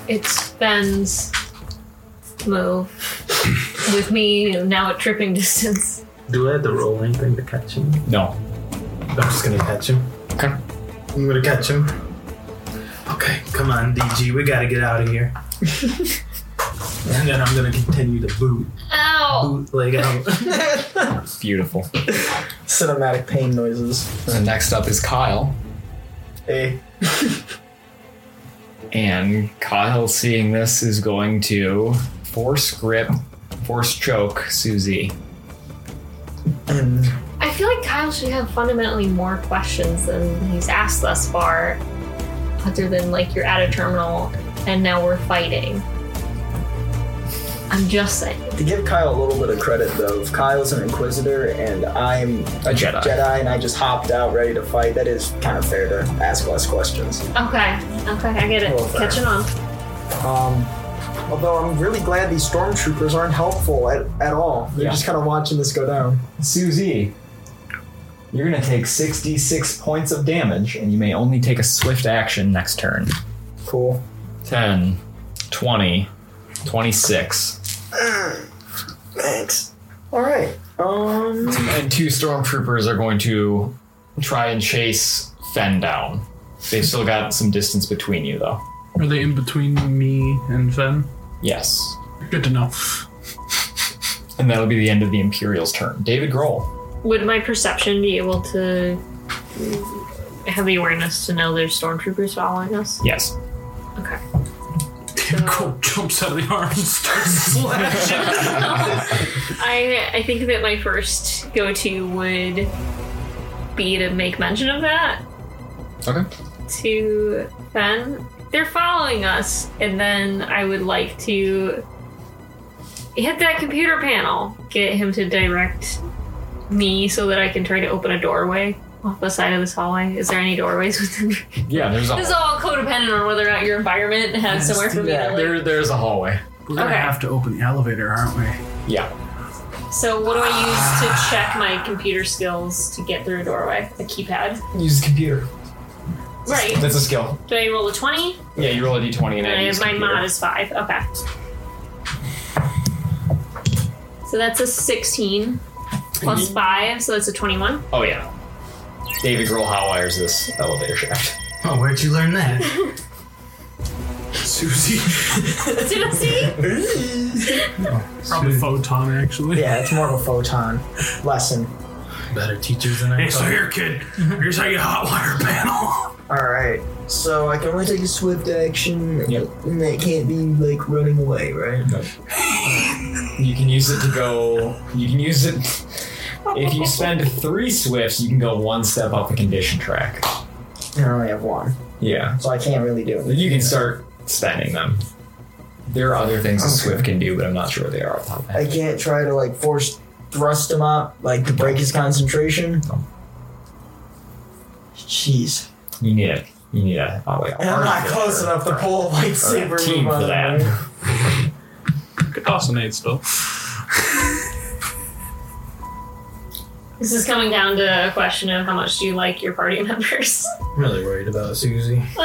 [SPEAKER 5] it's Ben's move with me now at tripping distance.
[SPEAKER 13] Do I have to roll anything to catch him?
[SPEAKER 1] No.
[SPEAKER 13] I'm just gonna catch him.
[SPEAKER 1] Okay.
[SPEAKER 13] I'm gonna catch him. Okay, come on, DG, we gotta get out of here. and then I'm gonna continue to boot, um,
[SPEAKER 5] Ow!
[SPEAKER 13] bootleg out.
[SPEAKER 1] Beautiful.
[SPEAKER 4] Cinematic pain noises.
[SPEAKER 6] Uh,
[SPEAKER 1] And next up is Kyle.
[SPEAKER 4] Hey.
[SPEAKER 1] And Kyle, seeing this, is going to force grip, force choke Susie.
[SPEAKER 5] I feel like Kyle should have fundamentally more questions than he's asked thus far, other than like you're at a terminal and now we're fighting. I'm just saying.
[SPEAKER 4] To give Kyle a little bit of credit though, if Kyle's an inquisitor and I'm a
[SPEAKER 1] Jedi.
[SPEAKER 4] Jedi and I just hopped out ready to fight, that is kind of fair to ask less questions.
[SPEAKER 5] Okay, okay, I get it.
[SPEAKER 4] Well, fair.
[SPEAKER 5] Catching on.
[SPEAKER 4] Um, although I'm really glad these stormtroopers aren't helpful at, at all. You're
[SPEAKER 1] Yeah.
[SPEAKER 4] just kind of watching this go down.
[SPEAKER 1] Susie, you're going to take 66 points of damage, and you may only take a swift action next turn.
[SPEAKER 4] Cool.
[SPEAKER 1] 10, 20, 26.
[SPEAKER 4] Thanks. All right. Um.
[SPEAKER 1] And two stormtroopers are going to try and chase Fen down. They've still got some distance between you, though.
[SPEAKER 7] Are they in between me and Fen?
[SPEAKER 1] Yes.
[SPEAKER 7] Good to know.
[SPEAKER 1] And that'll be the end of the Imperial's turn. David Grohl.
[SPEAKER 5] Would my perception be able to have the awareness to know there's stormtroopers following us?
[SPEAKER 1] Yes.
[SPEAKER 5] Okay.
[SPEAKER 7] Tim Cole jumps out of the arm and starts slashing.
[SPEAKER 5] I I think that my first go to would be to make mention of that
[SPEAKER 1] Okay.
[SPEAKER 5] to Ben. They're following us, and then I would like to hit that computer panel, get him to direct me so that I can try to open a doorway off the side of this hallway. Is there any doorways within?
[SPEAKER 1] Yeah, there's a
[SPEAKER 5] This is all codependent on whether or not your environment has somewhere for me to live.
[SPEAKER 1] There, there's a hallway.
[SPEAKER 7] We're gonna
[SPEAKER 5] Okay.
[SPEAKER 7] have to open the elevator, aren't we?
[SPEAKER 1] Yeah.
[SPEAKER 5] So, what do I use to check my computer skills to get through a doorway? A keypad.
[SPEAKER 1] Use computer.
[SPEAKER 5] Right.
[SPEAKER 1] That's a skill.
[SPEAKER 5] Do I roll a 20?
[SPEAKER 1] Yeah, you roll a d20 and
[SPEAKER 5] And
[SPEAKER 1] then
[SPEAKER 5] I
[SPEAKER 1] use
[SPEAKER 5] have my
[SPEAKER 1] computer.
[SPEAKER 5] mod is 5. Okay. So that's a 16 plus 5, so that's a 21.
[SPEAKER 1] Oh yeah. David Grohl hotwires this elevator shaft.
[SPEAKER 13] Oh, where'd you learn that?
[SPEAKER 7] Susie.
[SPEAKER 5] Susie?
[SPEAKER 7] Oh, Probably photon, actually.
[SPEAKER 4] Yeah, it's more of a photon lesson.
[SPEAKER 13] Better teachers than I
[SPEAKER 7] Hey, so
[SPEAKER 13] thought.
[SPEAKER 7] here, kid. Here's how you hot wire panel.
[SPEAKER 4] All right. So I can only take a swift action, and that can't be like running away, right?
[SPEAKER 6] You can use it to go. You can use it. If you spend three swifts, you can go one step up the condition track.
[SPEAKER 4] I only have one,
[SPEAKER 6] Yeah.
[SPEAKER 4] so I can't really do it.
[SPEAKER 6] You can start spending them. There are other things a swift can do, but I'm not sure what they are off the top of my head.
[SPEAKER 4] I can't try to like force thrust him up, like to break his concentration. Jeez.
[SPEAKER 6] You need it. You need a. Oh, wait,
[SPEAKER 4] And I'm not close enough to pull a lightsaber
[SPEAKER 6] Or a team
[SPEAKER 4] move on
[SPEAKER 6] for that.
[SPEAKER 4] him.
[SPEAKER 7] Could toss an eight still.
[SPEAKER 5] This is coming down to a question of how much do you like your party members.
[SPEAKER 13] Really worried about Susie.
[SPEAKER 7] This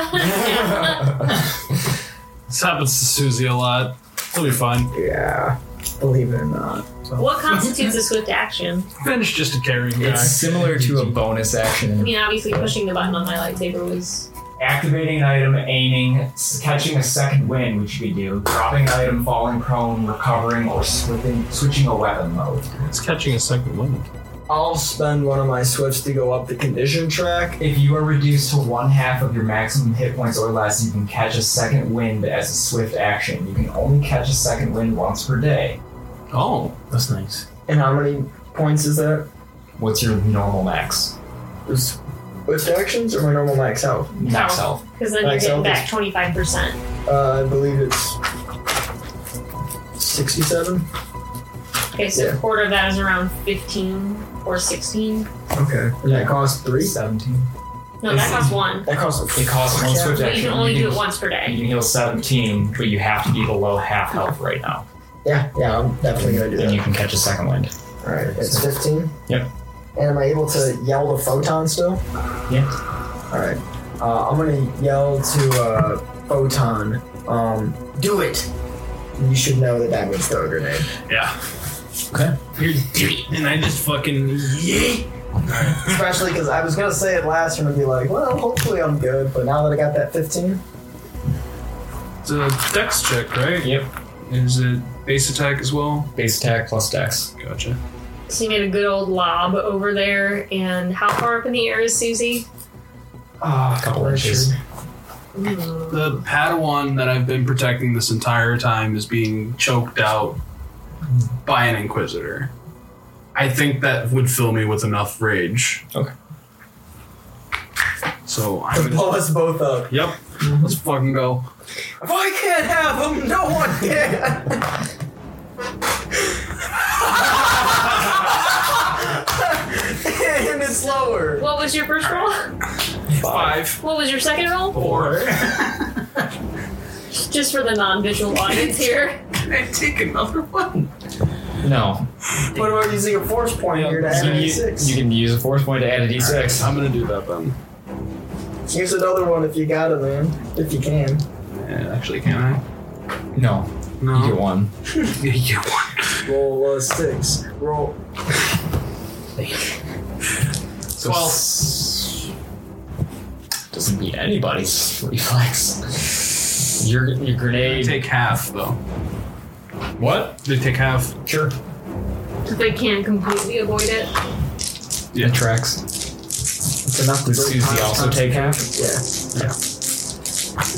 [SPEAKER 7] happens to Susie a lot. He'll be fine.
[SPEAKER 4] Yeah. Believe it or not.
[SPEAKER 5] what constitutes a swift action?
[SPEAKER 7] Ben's just a carrying guy.
[SPEAKER 6] It's similar to a bonus
[SPEAKER 5] I
[SPEAKER 6] action.
[SPEAKER 5] mean, obviously, pushing the button on my lightsaber was.
[SPEAKER 6] Activating an item, aiming, s- catching a second wind, which you could do, dropping an item, falling prone, recovering, or switching, switching a weapon mode.
[SPEAKER 7] It's catching a second wind.
[SPEAKER 4] I'll spend one of my swifts to go up the condition track.
[SPEAKER 6] If you are reduced to one half of your maximum hit points or less, you can catch a second wind as a swift action. You can only catch a second wind once per day.
[SPEAKER 7] Oh,
[SPEAKER 13] that's nice.
[SPEAKER 4] And how many points is that?
[SPEAKER 6] What's your normal max?
[SPEAKER 4] Is swift actions or my normal max health?
[SPEAKER 6] Max health.
[SPEAKER 5] Because then
[SPEAKER 4] Max
[SPEAKER 5] you're getting
[SPEAKER 4] health is-
[SPEAKER 5] back 25%.
[SPEAKER 4] Uh, I believe it's 67.
[SPEAKER 5] Okay, so
[SPEAKER 4] Yeah.
[SPEAKER 5] a quarter of that is around 15 or 16.
[SPEAKER 4] Okay. And that costs three?
[SPEAKER 6] 17.
[SPEAKER 5] No, that costs one.
[SPEAKER 4] That costs.
[SPEAKER 6] It costs one swift
[SPEAKER 5] But
[SPEAKER 6] action.
[SPEAKER 5] you can only do it
[SPEAKER 6] can-
[SPEAKER 5] once per
[SPEAKER 6] You
[SPEAKER 5] day.
[SPEAKER 6] can heal 17, but you have to be below half health right now.
[SPEAKER 4] Yeah, yeah, I'm definitely gonna do
[SPEAKER 6] Then
[SPEAKER 4] that.
[SPEAKER 6] you can catch a second wind.
[SPEAKER 4] Alright, it's 15.
[SPEAKER 6] Yep.
[SPEAKER 4] And am I able to yell the photon still?
[SPEAKER 6] Yeah.
[SPEAKER 4] Alright. Uh, I'm gonna yell to uh, Photon, um, do it! You should know that that means throw a grenade.
[SPEAKER 7] Yeah.
[SPEAKER 6] Okay.
[SPEAKER 7] You're deep, and I just fucking yeet.
[SPEAKER 4] Especially because I was gonna say it last and be like, well, hopefully I'm good, but now that I got that 15,
[SPEAKER 7] It's a dex check, right?
[SPEAKER 6] Yep.
[SPEAKER 7] Is it base attack as well?
[SPEAKER 6] Base attack plus dex.
[SPEAKER 7] Gotcha.
[SPEAKER 5] So you made a good old lob over there. And how far up in the air is Susie?
[SPEAKER 4] ah,
[SPEAKER 6] couple inches.
[SPEAKER 7] The Padawan that I've been protecting this entire time is being choked out by an Inquisitor. I think that would fill me with enough rage.
[SPEAKER 6] Okay.
[SPEAKER 7] So
[SPEAKER 4] to
[SPEAKER 7] I'm.
[SPEAKER 4] blow us both up.
[SPEAKER 7] Yep. Let's fucking go.
[SPEAKER 4] If I can't have him, no one can! and it's lower.
[SPEAKER 5] What was your first roll?
[SPEAKER 7] Five.
[SPEAKER 5] What was your second roll?
[SPEAKER 7] Four.
[SPEAKER 5] Just for the non visual audience here.
[SPEAKER 7] Can I take another one?
[SPEAKER 6] No.
[SPEAKER 4] What about using a force point here to add
[SPEAKER 6] So
[SPEAKER 4] a
[SPEAKER 6] you,
[SPEAKER 4] d6?
[SPEAKER 6] you can use a force point to add a d6.
[SPEAKER 7] I'm gonna do that then.
[SPEAKER 4] Use another one if you got it, man. If you can.
[SPEAKER 7] Yeah, actually, can I?
[SPEAKER 6] No.
[SPEAKER 7] No.
[SPEAKER 6] You get one.
[SPEAKER 7] Yeah, you get one.
[SPEAKER 4] Roll a six. Roll.
[SPEAKER 6] So s- Doesn't beat anybody's reflex. Your, your
[SPEAKER 7] They
[SPEAKER 6] grenade.
[SPEAKER 7] take half though.
[SPEAKER 6] What?
[SPEAKER 7] They take half.
[SPEAKER 6] Sure.
[SPEAKER 5] If they can't completely avoid it.
[SPEAKER 7] Yeah.
[SPEAKER 6] tracks.
[SPEAKER 4] It's enough to
[SPEAKER 6] Does
[SPEAKER 4] break
[SPEAKER 6] Susie
[SPEAKER 4] Tom's
[SPEAKER 6] also take half?
[SPEAKER 4] Yeah.
[SPEAKER 6] Yeah.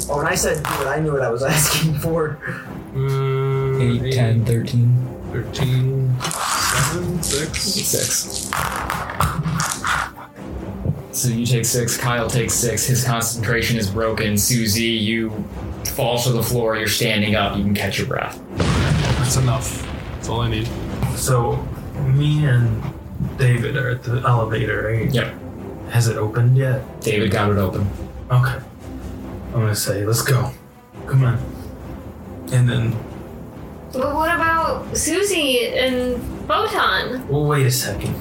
[SPEAKER 4] Oh, when I said do it, I knew what I was asking for.
[SPEAKER 7] Mm,
[SPEAKER 6] 8, 10, 13,
[SPEAKER 7] 13, 7, 6.
[SPEAKER 6] 6. So you take 6, Kyle takes 6, his concentration is broken. Susie, you fall to the floor, you're standing up, you can catch your breath.
[SPEAKER 7] That's enough. That's all I need.
[SPEAKER 13] So, me and David are at the elevator, right?
[SPEAKER 6] Yep.
[SPEAKER 13] Has it opened yet?
[SPEAKER 6] David got it open.
[SPEAKER 13] Okay. I'm gonna say, let's go. Come on. And then,
[SPEAKER 5] But what about Susie and Photon?
[SPEAKER 13] well, wait a second.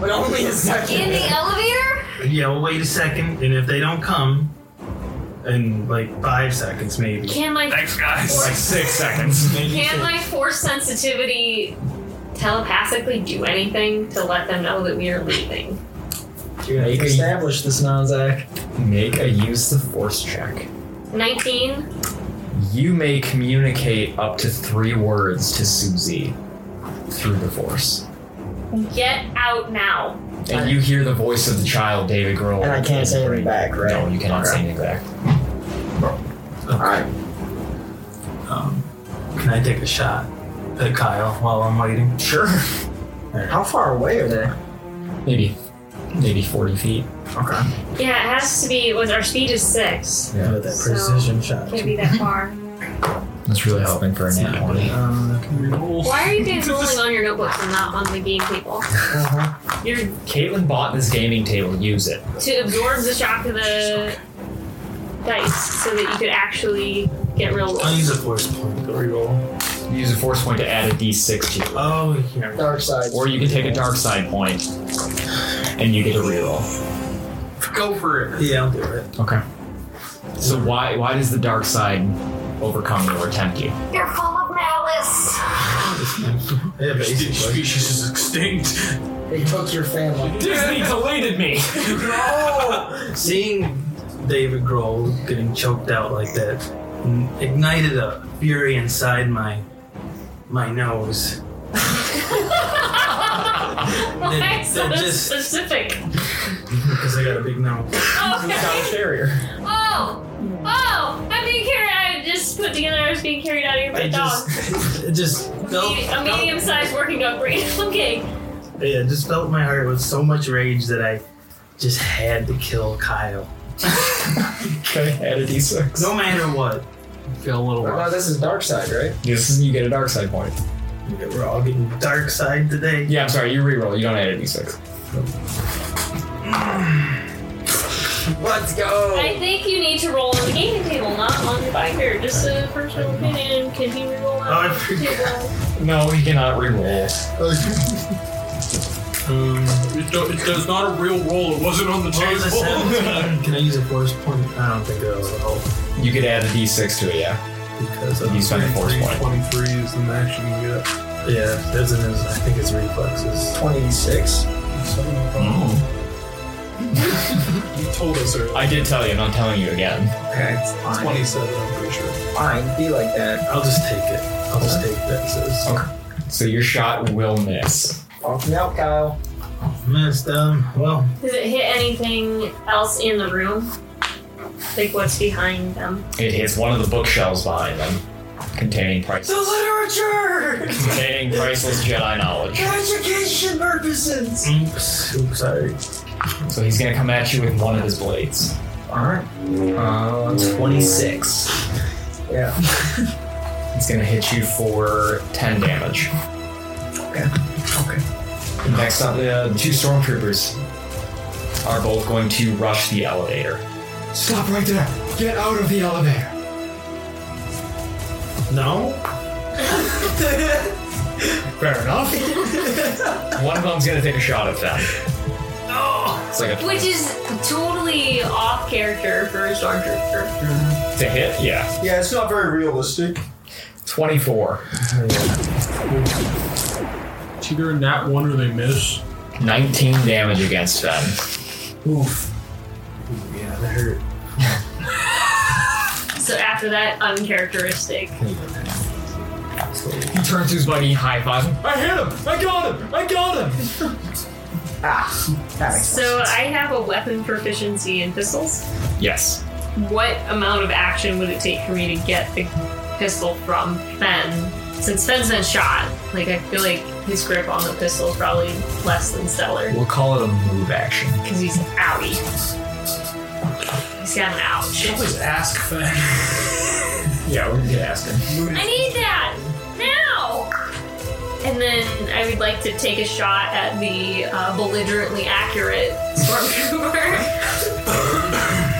[SPEAKER 4] But only a
[SPEAKER 5] In the elevator?
[SPEAKER 13] Yeah, well, wait a second. And if they don't come, in like five seconds, maybe.
[SPEAKER 5] Can my
[SPEAKER 13] Like six seconds. Maybe
[SPEAKER 5] can
[SPEAKER 13] six.
[SPEAKER 5] my force sensitivity telepathically do anything to let them know that we are leaving?
[SPEAKER 4] You're gonna
[SPEAKER 6] Make a-
[SPEAKER 4] establish this now, Zach.
[SPEAKER 6] Make a use the force check.
[SPEAKER 5] 19.
[SPEAKER 6] You may communicate up to three words to Susie through the force.
[SPEAKER 5] Get out now.
[SPEAKER 6] And you hear the voice of the child, David Grohl.
[SPEAKER 4] And I can't say anything back, right?
[SPEAKER 6] No, you cannot say anything back.
[SPEAKER 4] Alright.
[SPEAKER 3] Um, can I take a shot at Kyle while I'm waiting?
[SPEAKER 4] Sure. How far away are they?
[SPEAKER 6] Maybe, maybe 40 feet.
[SPEAKER 4] Okay.
[SPEAKER 5] Yeah, it has to be. Was our speed is six.
[SPEAKER 3] Yeah, with that
[SPEAKER 5] So-
[SPEAKER 3] precision shot.
[SPEAKER 5] Can't be that far.
[SPEAKER 6] That's really helping for a nat 20.
[SPEAKER 3] Uh,
[SPEAKER 5] Why are you guys rolling on your notebooks and not on the game table?
[SPEAKER 3] Uh-huh.
[SPEAKER 5] You're
[SPEAKER 6] Caitlin bought this gaming table. Use it.
[SPEAKER 5] to absorb the shock of the dice so that you could actually get real rolls.
[SPEAKER 6] use a force point to reroll. You use a force point to add a d6 to it.
[SPEAKER 3] Oh, yeah.
[SPEAKER 4] Dark side.
[SPEAKER 6] Or you can take a dark side point and you get a reroll.
[SPEAKER 7] Go for it.
[SPEAKER 3] Yeah, I'll do it.
[SPEAKER 6] Okay. So why why does the dark side overcome you or tempt you?
[SPEAKER 5] You're full of malice.
[SPEAKER 3] Yeah, basically.
[SPEAKER 7] Species is extinct.
[SPEAKER 4] They took your family.
[SPEAKER 6] Disney deleted me.
[SPEAKER 3] no! Seeing David Grohl getting choked out like that ignited a fury inside my my nose.
[SPEAKER 5] Why so
[SPEAKER 3] they're just-
[SPEAKER 5] specific?
[SPEAKER 3] Because I got a big nose.
[SPEAKER 5] Okay.
[SPEAKER 6] Carrier.
[SPEAKER 5] Oh, oh! I'm being carried. I just put together. I was being carried out of here by
[SPEAKER 3] I
[SPEAKER 5] a dog.
[SPEAKER 3] just, it just felt,
[SPEAKER 5] Me- A medium-sized working dog brain. Okay.
[SPEAKER 3] yeah, it just felt my heart with so much rage that I just had to kill Kyle.
[SPEAKER 6] okay, add a d6.
[SPEAKER 3] No matter what.
[SPEAKER 6] Feel a little
[SPEAKER 4] No, this is dark side, right?
[SPEAKER 6] This is you get a dark side point.
[SPEAKER 3] We're all getting dark side today.
[SPEAKER 6] Yeah, I'm sorry, you reroll. You don't add a d6.
[SPEAKER 4] Let's
[SPEAKER 3] Oh.
[SPEAKER 4] go.
[SPEAKER 5] I think you need to roll on the gaming table, not on your biker. Just a personal opinion. Can he roll
[SPEAKER 3] Oh, I
[SPEAKER 5] on the
[SPEAKER 3] forgot.
[SPEAKER 5] table?
[SPEAKER 6] No, he cannot reroll.
[SPEAKER 3] Um,
[SPEAKER 7] It, do, it does not a real roll. It wasn't on the
[SPEAKER 3] what was I
[SPEAKER 7] table.
[SPEAKER 3] saying? Can I use a force point? I don't think it'll help.
[SPEAKER 6] You could add a d6 to it, yeah.
[SPEAKER 3] Because
[SPEAKER 6] You spend a force point.
[SPEAKER 7] 23 is the max you can get.
[SPEAKER 3] Yeah, that's an, I think it's reflexes.
[SPEAKER 4] 26.
[SPEAKER 6] Oh.
[SPEAKER 7] You told us earlier.
[SPEAKER 6] I did tell you, and I'm telling you again.
[SPEAKER 4] Okay, it's fine.
[SPEAKER 7] 27, I'm pretty sure.
[SPEAKER 4] Fine, be like that.
[SPEAKER 3] I'll just take it. I'll just take that. Says.
[SPEAKER 6] Okay. So your shot will miss.
[SPEAKER 4] Off me out, Kyle.
[SPEAKER 3] Missed them. Well,
[SPEAKER 5] Does it hit anything else in the room? Like what's behind them?
[SPEAKER 6] It hits one of the bookshelves behind them, containing priceless,
[SPEAKER 4] literature!
[SPEAKER 6] containing priceless Jedi knowledge.
[SPEAKER 4] education purposes!
[SPEAKER 3] oops. Oops, sorry.
[SPEAKER 6] So he's gonna come at you with one of his blades.
[SPEAKER 4] Alright.
[SPEAKER 6] Uh, 26.
[SPEAKER 4] Yeah.
[SPEAKER 6] It's gonna hit you for 10 damage.
[SPEAKER 4] Okay. Okay.
[SPEAKER 6] Next up, uh, the two stormtroopers are both going to rush the elevator.
[SPEAKER 19] Stop right there. Get out of the elevator.
[SPEAKER 3] No?
[SPEAKER 6] Fair enough. one of them's gonna take a shot at them.
[SPEAKER 3] No!
[SPEAKER 6] It's like a
[SPEAKER 5] Which is totally off character for a stormtrooper.
[SPEAKER 6] to hit, yeah.
[SPEAKER 20] Yeah, it's not very realistic.
[SPEAKER 6] 24,
[SPEAKER 7] It's either in that one or they miss.
[SPEAKER 6] 19 damage against them.
[SPEAKER 3] Oof. Yeah, that hurt.
[SPEAKER 5] So after that, uncharacteristic.
[SPEAKER 6] He turns to his buddy, high fives him. I hit him! I got him! I got him!
[SPEAKER 4] Ah, that makes
[SPEAKER 5] So I have a weapon proficiency in pistols.
[SPEAKER 6] Yes.
[SPEAKER 5] What amount of action would it take for me to get the pistol from Fen? Since Fen's been shot, like I feel like his grip on the pistol is probably less than stellar
[SPEAKER 6] We'll call it a move action.
[SPEAKER 5] because he's outie. He's got an ouch.
[SPEAKER 7] Always ask Fen.
[SPEAKER 6] Yeah, we're gonna ask him.
[SPEAKER 5] I need that now. And then I would like to take a shot at the uh, belligerently accurate stormtrooper.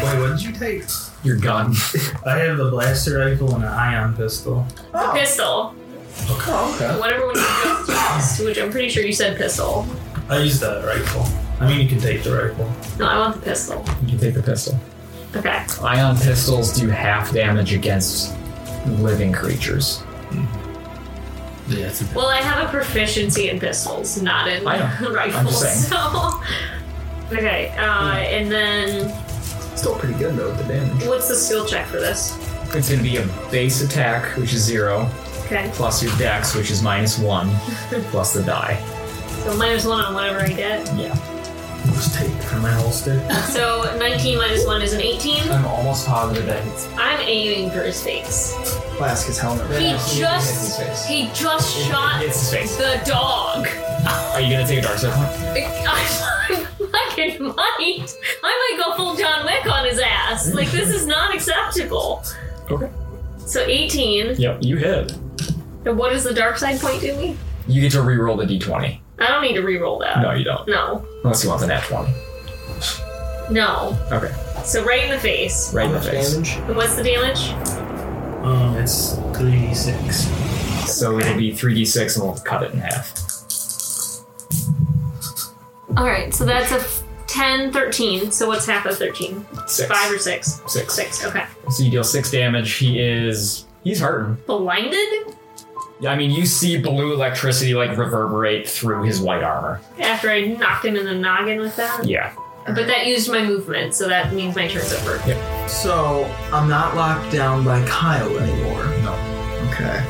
[SPEAKER 3] Wait, what did you take?
[SPEAKER 6] Your gun.
[SPEAKER 3] I have a blaster rifle and an ion pistol.
[SPEAKER 5] The pistol,
[SPEAKER 3] Oh, okay.
[SPEAKER 5] whatever one you just used, which I'm pretty sure you said pistol.
[SPEAKER 3] I used the rifle. I mean, you can take the rifle.
[SPEAKER 5] No, I want the pistol.
[SPEAKER 6] You can take the pistol.
[SPEAKER 5] Okay.
[SPEAKER 6] Ion pistols do half damage against living creatures.
[SPEAKER 3] Yeah, it's a
[SPEAKER 5] Well, I have a proficiency in pistols, not in
[SPEAKER 6] I know. I'm just Hmm.
[SPEAKER 5] rifles. So. Okay, uh, and then
[SPEAKER 21] Still pretty good though with the damage.
[SPEAKER 5] What's the skill check for this?
[SPEAKER 6] It's going to be a base attack, which is zero,
[SPEAKER 5] Okay.
[SPEAKER 6] plus your dex, which is minus one, plus the die.
[SPEAKER 5] So minus one on whatever I get.
[SPEAKER 6] Yeah.
[SPEAKER 22] Just take it from my holster.
[SPEAKER 5] So 19 minus one is an 18.
[SPEAKER 22] I'm almost positive that it's
[SPEAKER 5] I'm aiming for his face.
[SPEAKER 6] Flask is helmet.
[SPEAKER 5] He just he just shot the dog.
[SPEAKER 6] Are you going to take a dark side point?
[SPEAKER 5] I fucking might. I might go full John Wick on his ass. Like this is not acceptable.
[SPEAKER 6] Okay.
[SPEAKER 5] So 18.
[SPEAKER 6] Yep, you hit.
[SPEAKER 5] And what does the dark side point do me?
[SPEAKER 6] You get to reroll the d20.
[SPEAKER 5] I don't need to re-roll that.
[SPEAKER 6] No, you don't.
[SPEAKER 5] No.
[SPEAKER 6] Unless you want the nat 20.
[SPEAKER 5] No.
[SPEAKER 6] Okay.
[SPEAKER 5] So right in the face.
[SPEAKER 6] Right in the face.
[SPEAKER 5] And what's the damage?
[SPEAKER 22] um it's three D six.
[SPEAKER 6] So it'll be 3d6 and we'll cut it in half.
[SPEAKER 5] All right, so that's a f- 10, 13. So what's half of 13?
[SPEAKER 6] Six.
[SPEAKER 5] 5 or 6?
[SPEAKER 6] Six.
[SPEAKER 5] 6, okay.
[SPEAKER 6] So you deal 6 damage. He is. He's hurting.
[SPEAKER 5] Blinded?
[SPEAKER 6] I mean, you see blue electricity like reverberate through his white armor.
[SPEAKER 5] After I knocked him in the noggin with that?
[SPEAKER 6] Yeah.
[SPEAKER 5] But that used my movement, so that means my turn's over.
[SPEAKER 4] So I'm not locked down by Kyle anymore. No. Okay.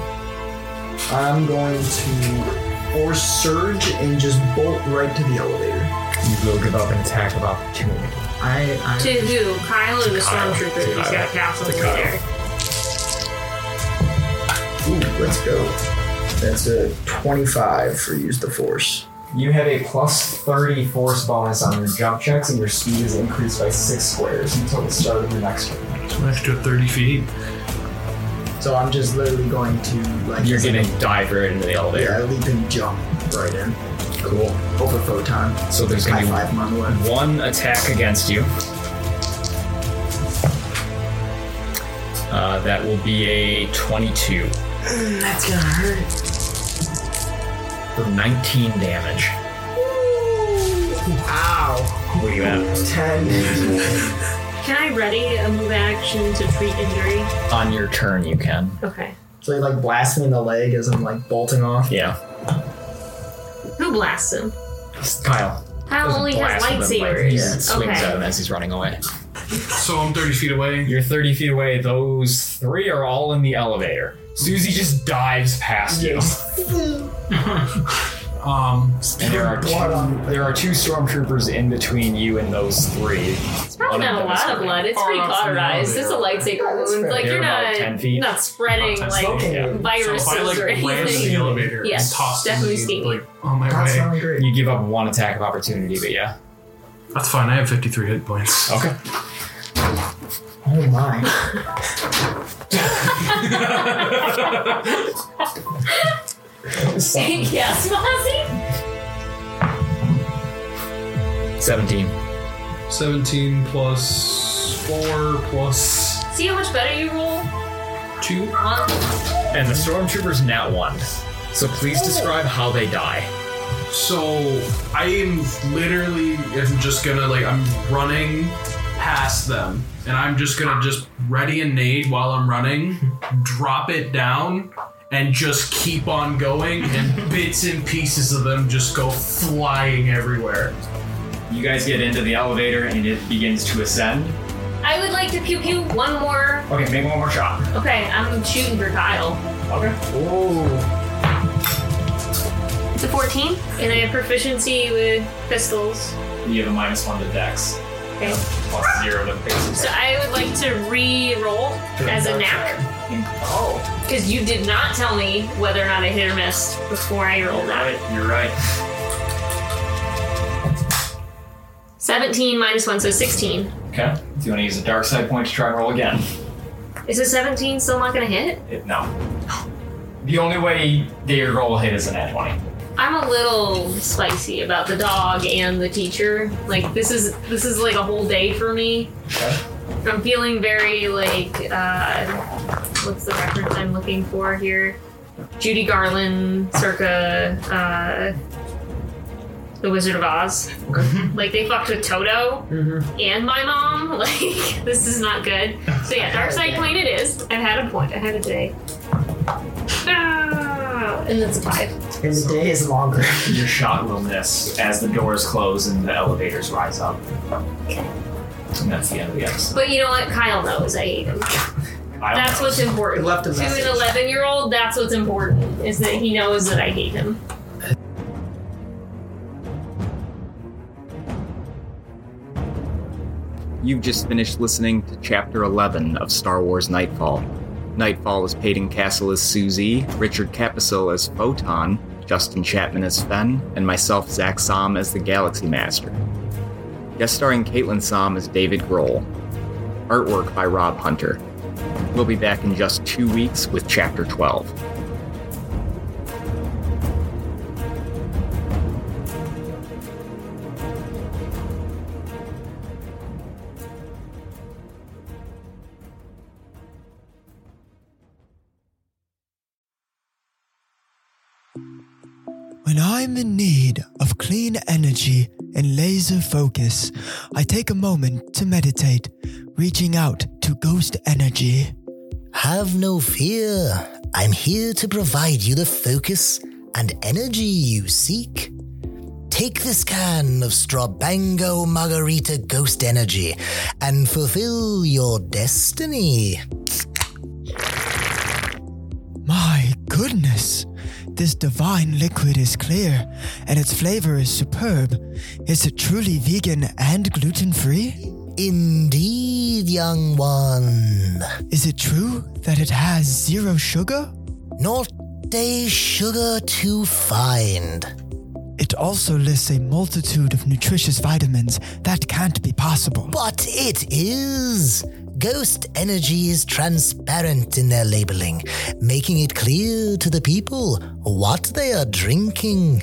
[SPEAKER 4] I'm going to force surge and just bolt right to the elevator.
[SPEAKER 6] You will give up an attack of opportunity.
[SPEAKER 4] I, I
[SPEAKER 5] To who? Kyle or the stormtrooper? He's got a castle over there.
[SPEAKER 4] Ooh, let's go. That's a 25 for use the force.
[SPEAKER 6] You have a plus 30 force bonus on your jump checks, and your speed is increased by 6 squares until the start of your next turn.
[SPEAKER 7] An extra 30 feet.
[SPEAKER 4] So I'm just literally going to like.
[SPEAKER 6] You're gonna dive right into the
[SPEAKER 4] Yeah, I
[SPEAKER 6] elevator.
[SPEAKER 4] leap and jump right in.
[SPEAKER 6] Cool.
[SPEAKER 4] Over photon.
[SPEAKER 6] So there's gonna be
[SPEAKER 4] high five him on the way.
[SPEAKER 6] one attack against you. Uh, that will be a 22
[SPEAKER 4] That's gonna hurt.
[SPEAKER 6] for 19 damage.
[SPEAKER 4] Ow.
[SPEAKER 6] What do you have?
[SPEAKER 4] 10.
[SPEAKER 5] Can I ready a move action to treat injury?
[SPEAKER 6] On your turn, you can.
[SPEAKER 5] Okay.
[SPEAKER 4] so he like blasts me in the leg as I'm like bolting off.
[SPEAKER 6] Yeah.
[SPEAKER 5] Who blasts him?
[SPEAKER 6] Kyle.
[SPEAKER 5] Kyle only Oh, has
[SPEAKER 6] Blast him in the leg.
[SPEAKER 5] lightsabers.
[SPEAKER 6] He swings
[SPEAKER 5] okay.
[SPEAKER 6] at him as he's running away.
[SPEAKER 7] So I'm 30 feet away.
[SPEAKER 6] You're 30 feet away. Those three are all in the elevator. Susie just dives past you.
[SPEAKER 7] Um,
[SPEAKER 6] And there are two, there are two stormtroopers in between you and those three.
[SPEAKER 5] It's probably not a lot of blood. It's pretty cauterized. It's a lightsaber wound. Like
[SPEAKER 6] They're
[SPEAKER 5] you're
[SPEAKER 6] about
[SPEAKER 5] not
[SPEAKER 6] 10 feet.
[SPEAKER 5] not spreading
[SPEAKER 6] About 10
[SPEAKER 5] like
[SPEAKER 6] feet, yeah.
[SPEAKER 5] viruses
[SPEAKER 7] So if I, like,
[SPEAKER 5] or anything.
[SPEAKER 7] ran to the elevator and
[SPEAKER 5] yeah,
[SPEAKER 7] tossed him,
[SPEAKER 5] definitely
[SPEAKER 7] he'd,
[SPEAKER 5] sneaky.
[SPEAKER 7] like, "Oh, On my way.
[SPEAKER 6] You give up one attack of opportunity, but yeah.
[SPEAKER 7] That's fine. I have 53 hit points.
[SPEAKER 6] Okay.
[SPEAKER 4] Oh my.
[SPEAKER 5] yes, Mozzie.
[SPEAKER 6] 17.
[SPEAKER 7] 17 plus 4 plus
[SPEAKER 5] See how much better you roll.
[SPEAKER 7] 2.
[SPEAKER 6] And the stormtroopers nat one. So please describe how they die.
[SPEAKER 7] So I am literally am just gonna like I'm running past them and I'm just gonna just ready a nade while I'm running, drop it down, and just keep on going and bits and pieces of them just go flying everywhere.
[SPEAKER 6] You guys get into the elevator and it begins to ascend.
[SPEAKER 5] I would like to pew pew one more.
[SPEAKER 6] Okay, make one more shot.
[SPEAKER 5] Okay, I'm shooting for Kyle.
[SPEAKER 6] Okay. Oh.
[SPEAKER 5] It's a 14, and I have proficiency with pistols.
[SPEAKER 6] You have a minus one to dex,
[SPEAKER 5] Okay.
[SPEAKER 6] plus zero to
[SPEAKER 5] So
[SPEAKER 6] basic.
[SPEAKER 5] I would like to re-roll as a knack
[SPEAKER 6] Oh.
[SPEAKER 5] because you did not tell me whether or not I hit or missed before I rolled that.
[SPEAKER 6] Right, you're right.
[SPEAKER 5] 17 minus 1, so 16.
[SPEAKER 6] Okay. Do you want to use a dark side point to try and roll again?
[SPEAKER 5] Is a 17 still not going to hit?
[SPEAKER 6] It, no. The only way their roll will hit is an at 20.
[SPEAKER 5] I'm a little spicy about the dog and the teacher. Like this is this is like a whole day for me. I'm feeling very like uh, what's the reference I'm looking for here? Judy Garland, circa uh, The Wizard of Oz. like they fucked with Toto and my mom. Like this is not good. So yeah, dark side point it is. I had a point. I had a day. Ah, and that's a five.
[SPEAKER 6] And the day is longer. Your shot will miss as the doors close and the elevators rise up. and that's the end of the episode.
[SPEAKER 5] But you know what? Kyle knows I hate him.
[SPEAKER 6] I don't
[SPEAKER 5] That's
[SPEAKER 6] know.
[SPEAKER 5] what's important.
[SPEAKER 6] It left a
[SPEAKER 5] to
[SPEAKER 6] message.
[SPEAKER 5] an 11 year old, that's what's important is that he knows that I hate him.
[SPEAKER 3] You've just finished listening to Chapter 11 of Star Wars Nightfall. Nightfall is Peyton Castle as Susie, Richard Capisil as Photon, Justin Chapman as Fen, and myself, Zach Somm, as the Galaxy Master. Guest starring Caitlin Somm as David Grohl. Artwork by Rob Hunter. We'll be back in just two weeks with Chapter 12.
[SPEAKER 23] When I'm in need of clean energy and laser focus, I take a moment to meditate, reaching out to ghost energy.
[SPEAKER 14] Have no fear. I'm here to provide you the focus and energy you seek. Take this can of Strabango Margarita Ghost Energy and fulfill your destiny.
[SPEAKER 23] My goodness! This divine liquid is clear and its flavor is superb. Is it truly vegan and gluten free?
[SPEAKER 14] Indeed, young one.
[SPEAKER 23] Is it true that it has zero sugar?
[SPEAKER 14] Not a sugar to find.
[SPEAKER 23] It also lists a multitude of nutritious vitamins. That can't be possible.
[SPEAKER 14] But it is. Ghost energy is transparent in their labeling, making it clear to the people what they are drinking.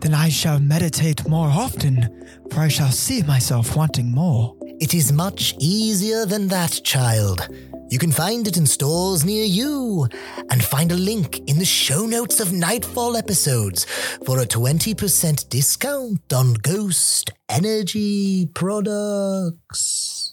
[SPEAKER 23] Then I shall meditate more often, for I shall see myself wanting more.
[SPEAKER 14] It is much easier than that, child. You can find it in stores near you and find a link in the show notes of Nightfall episodes for a 20% discount on ghost energy products.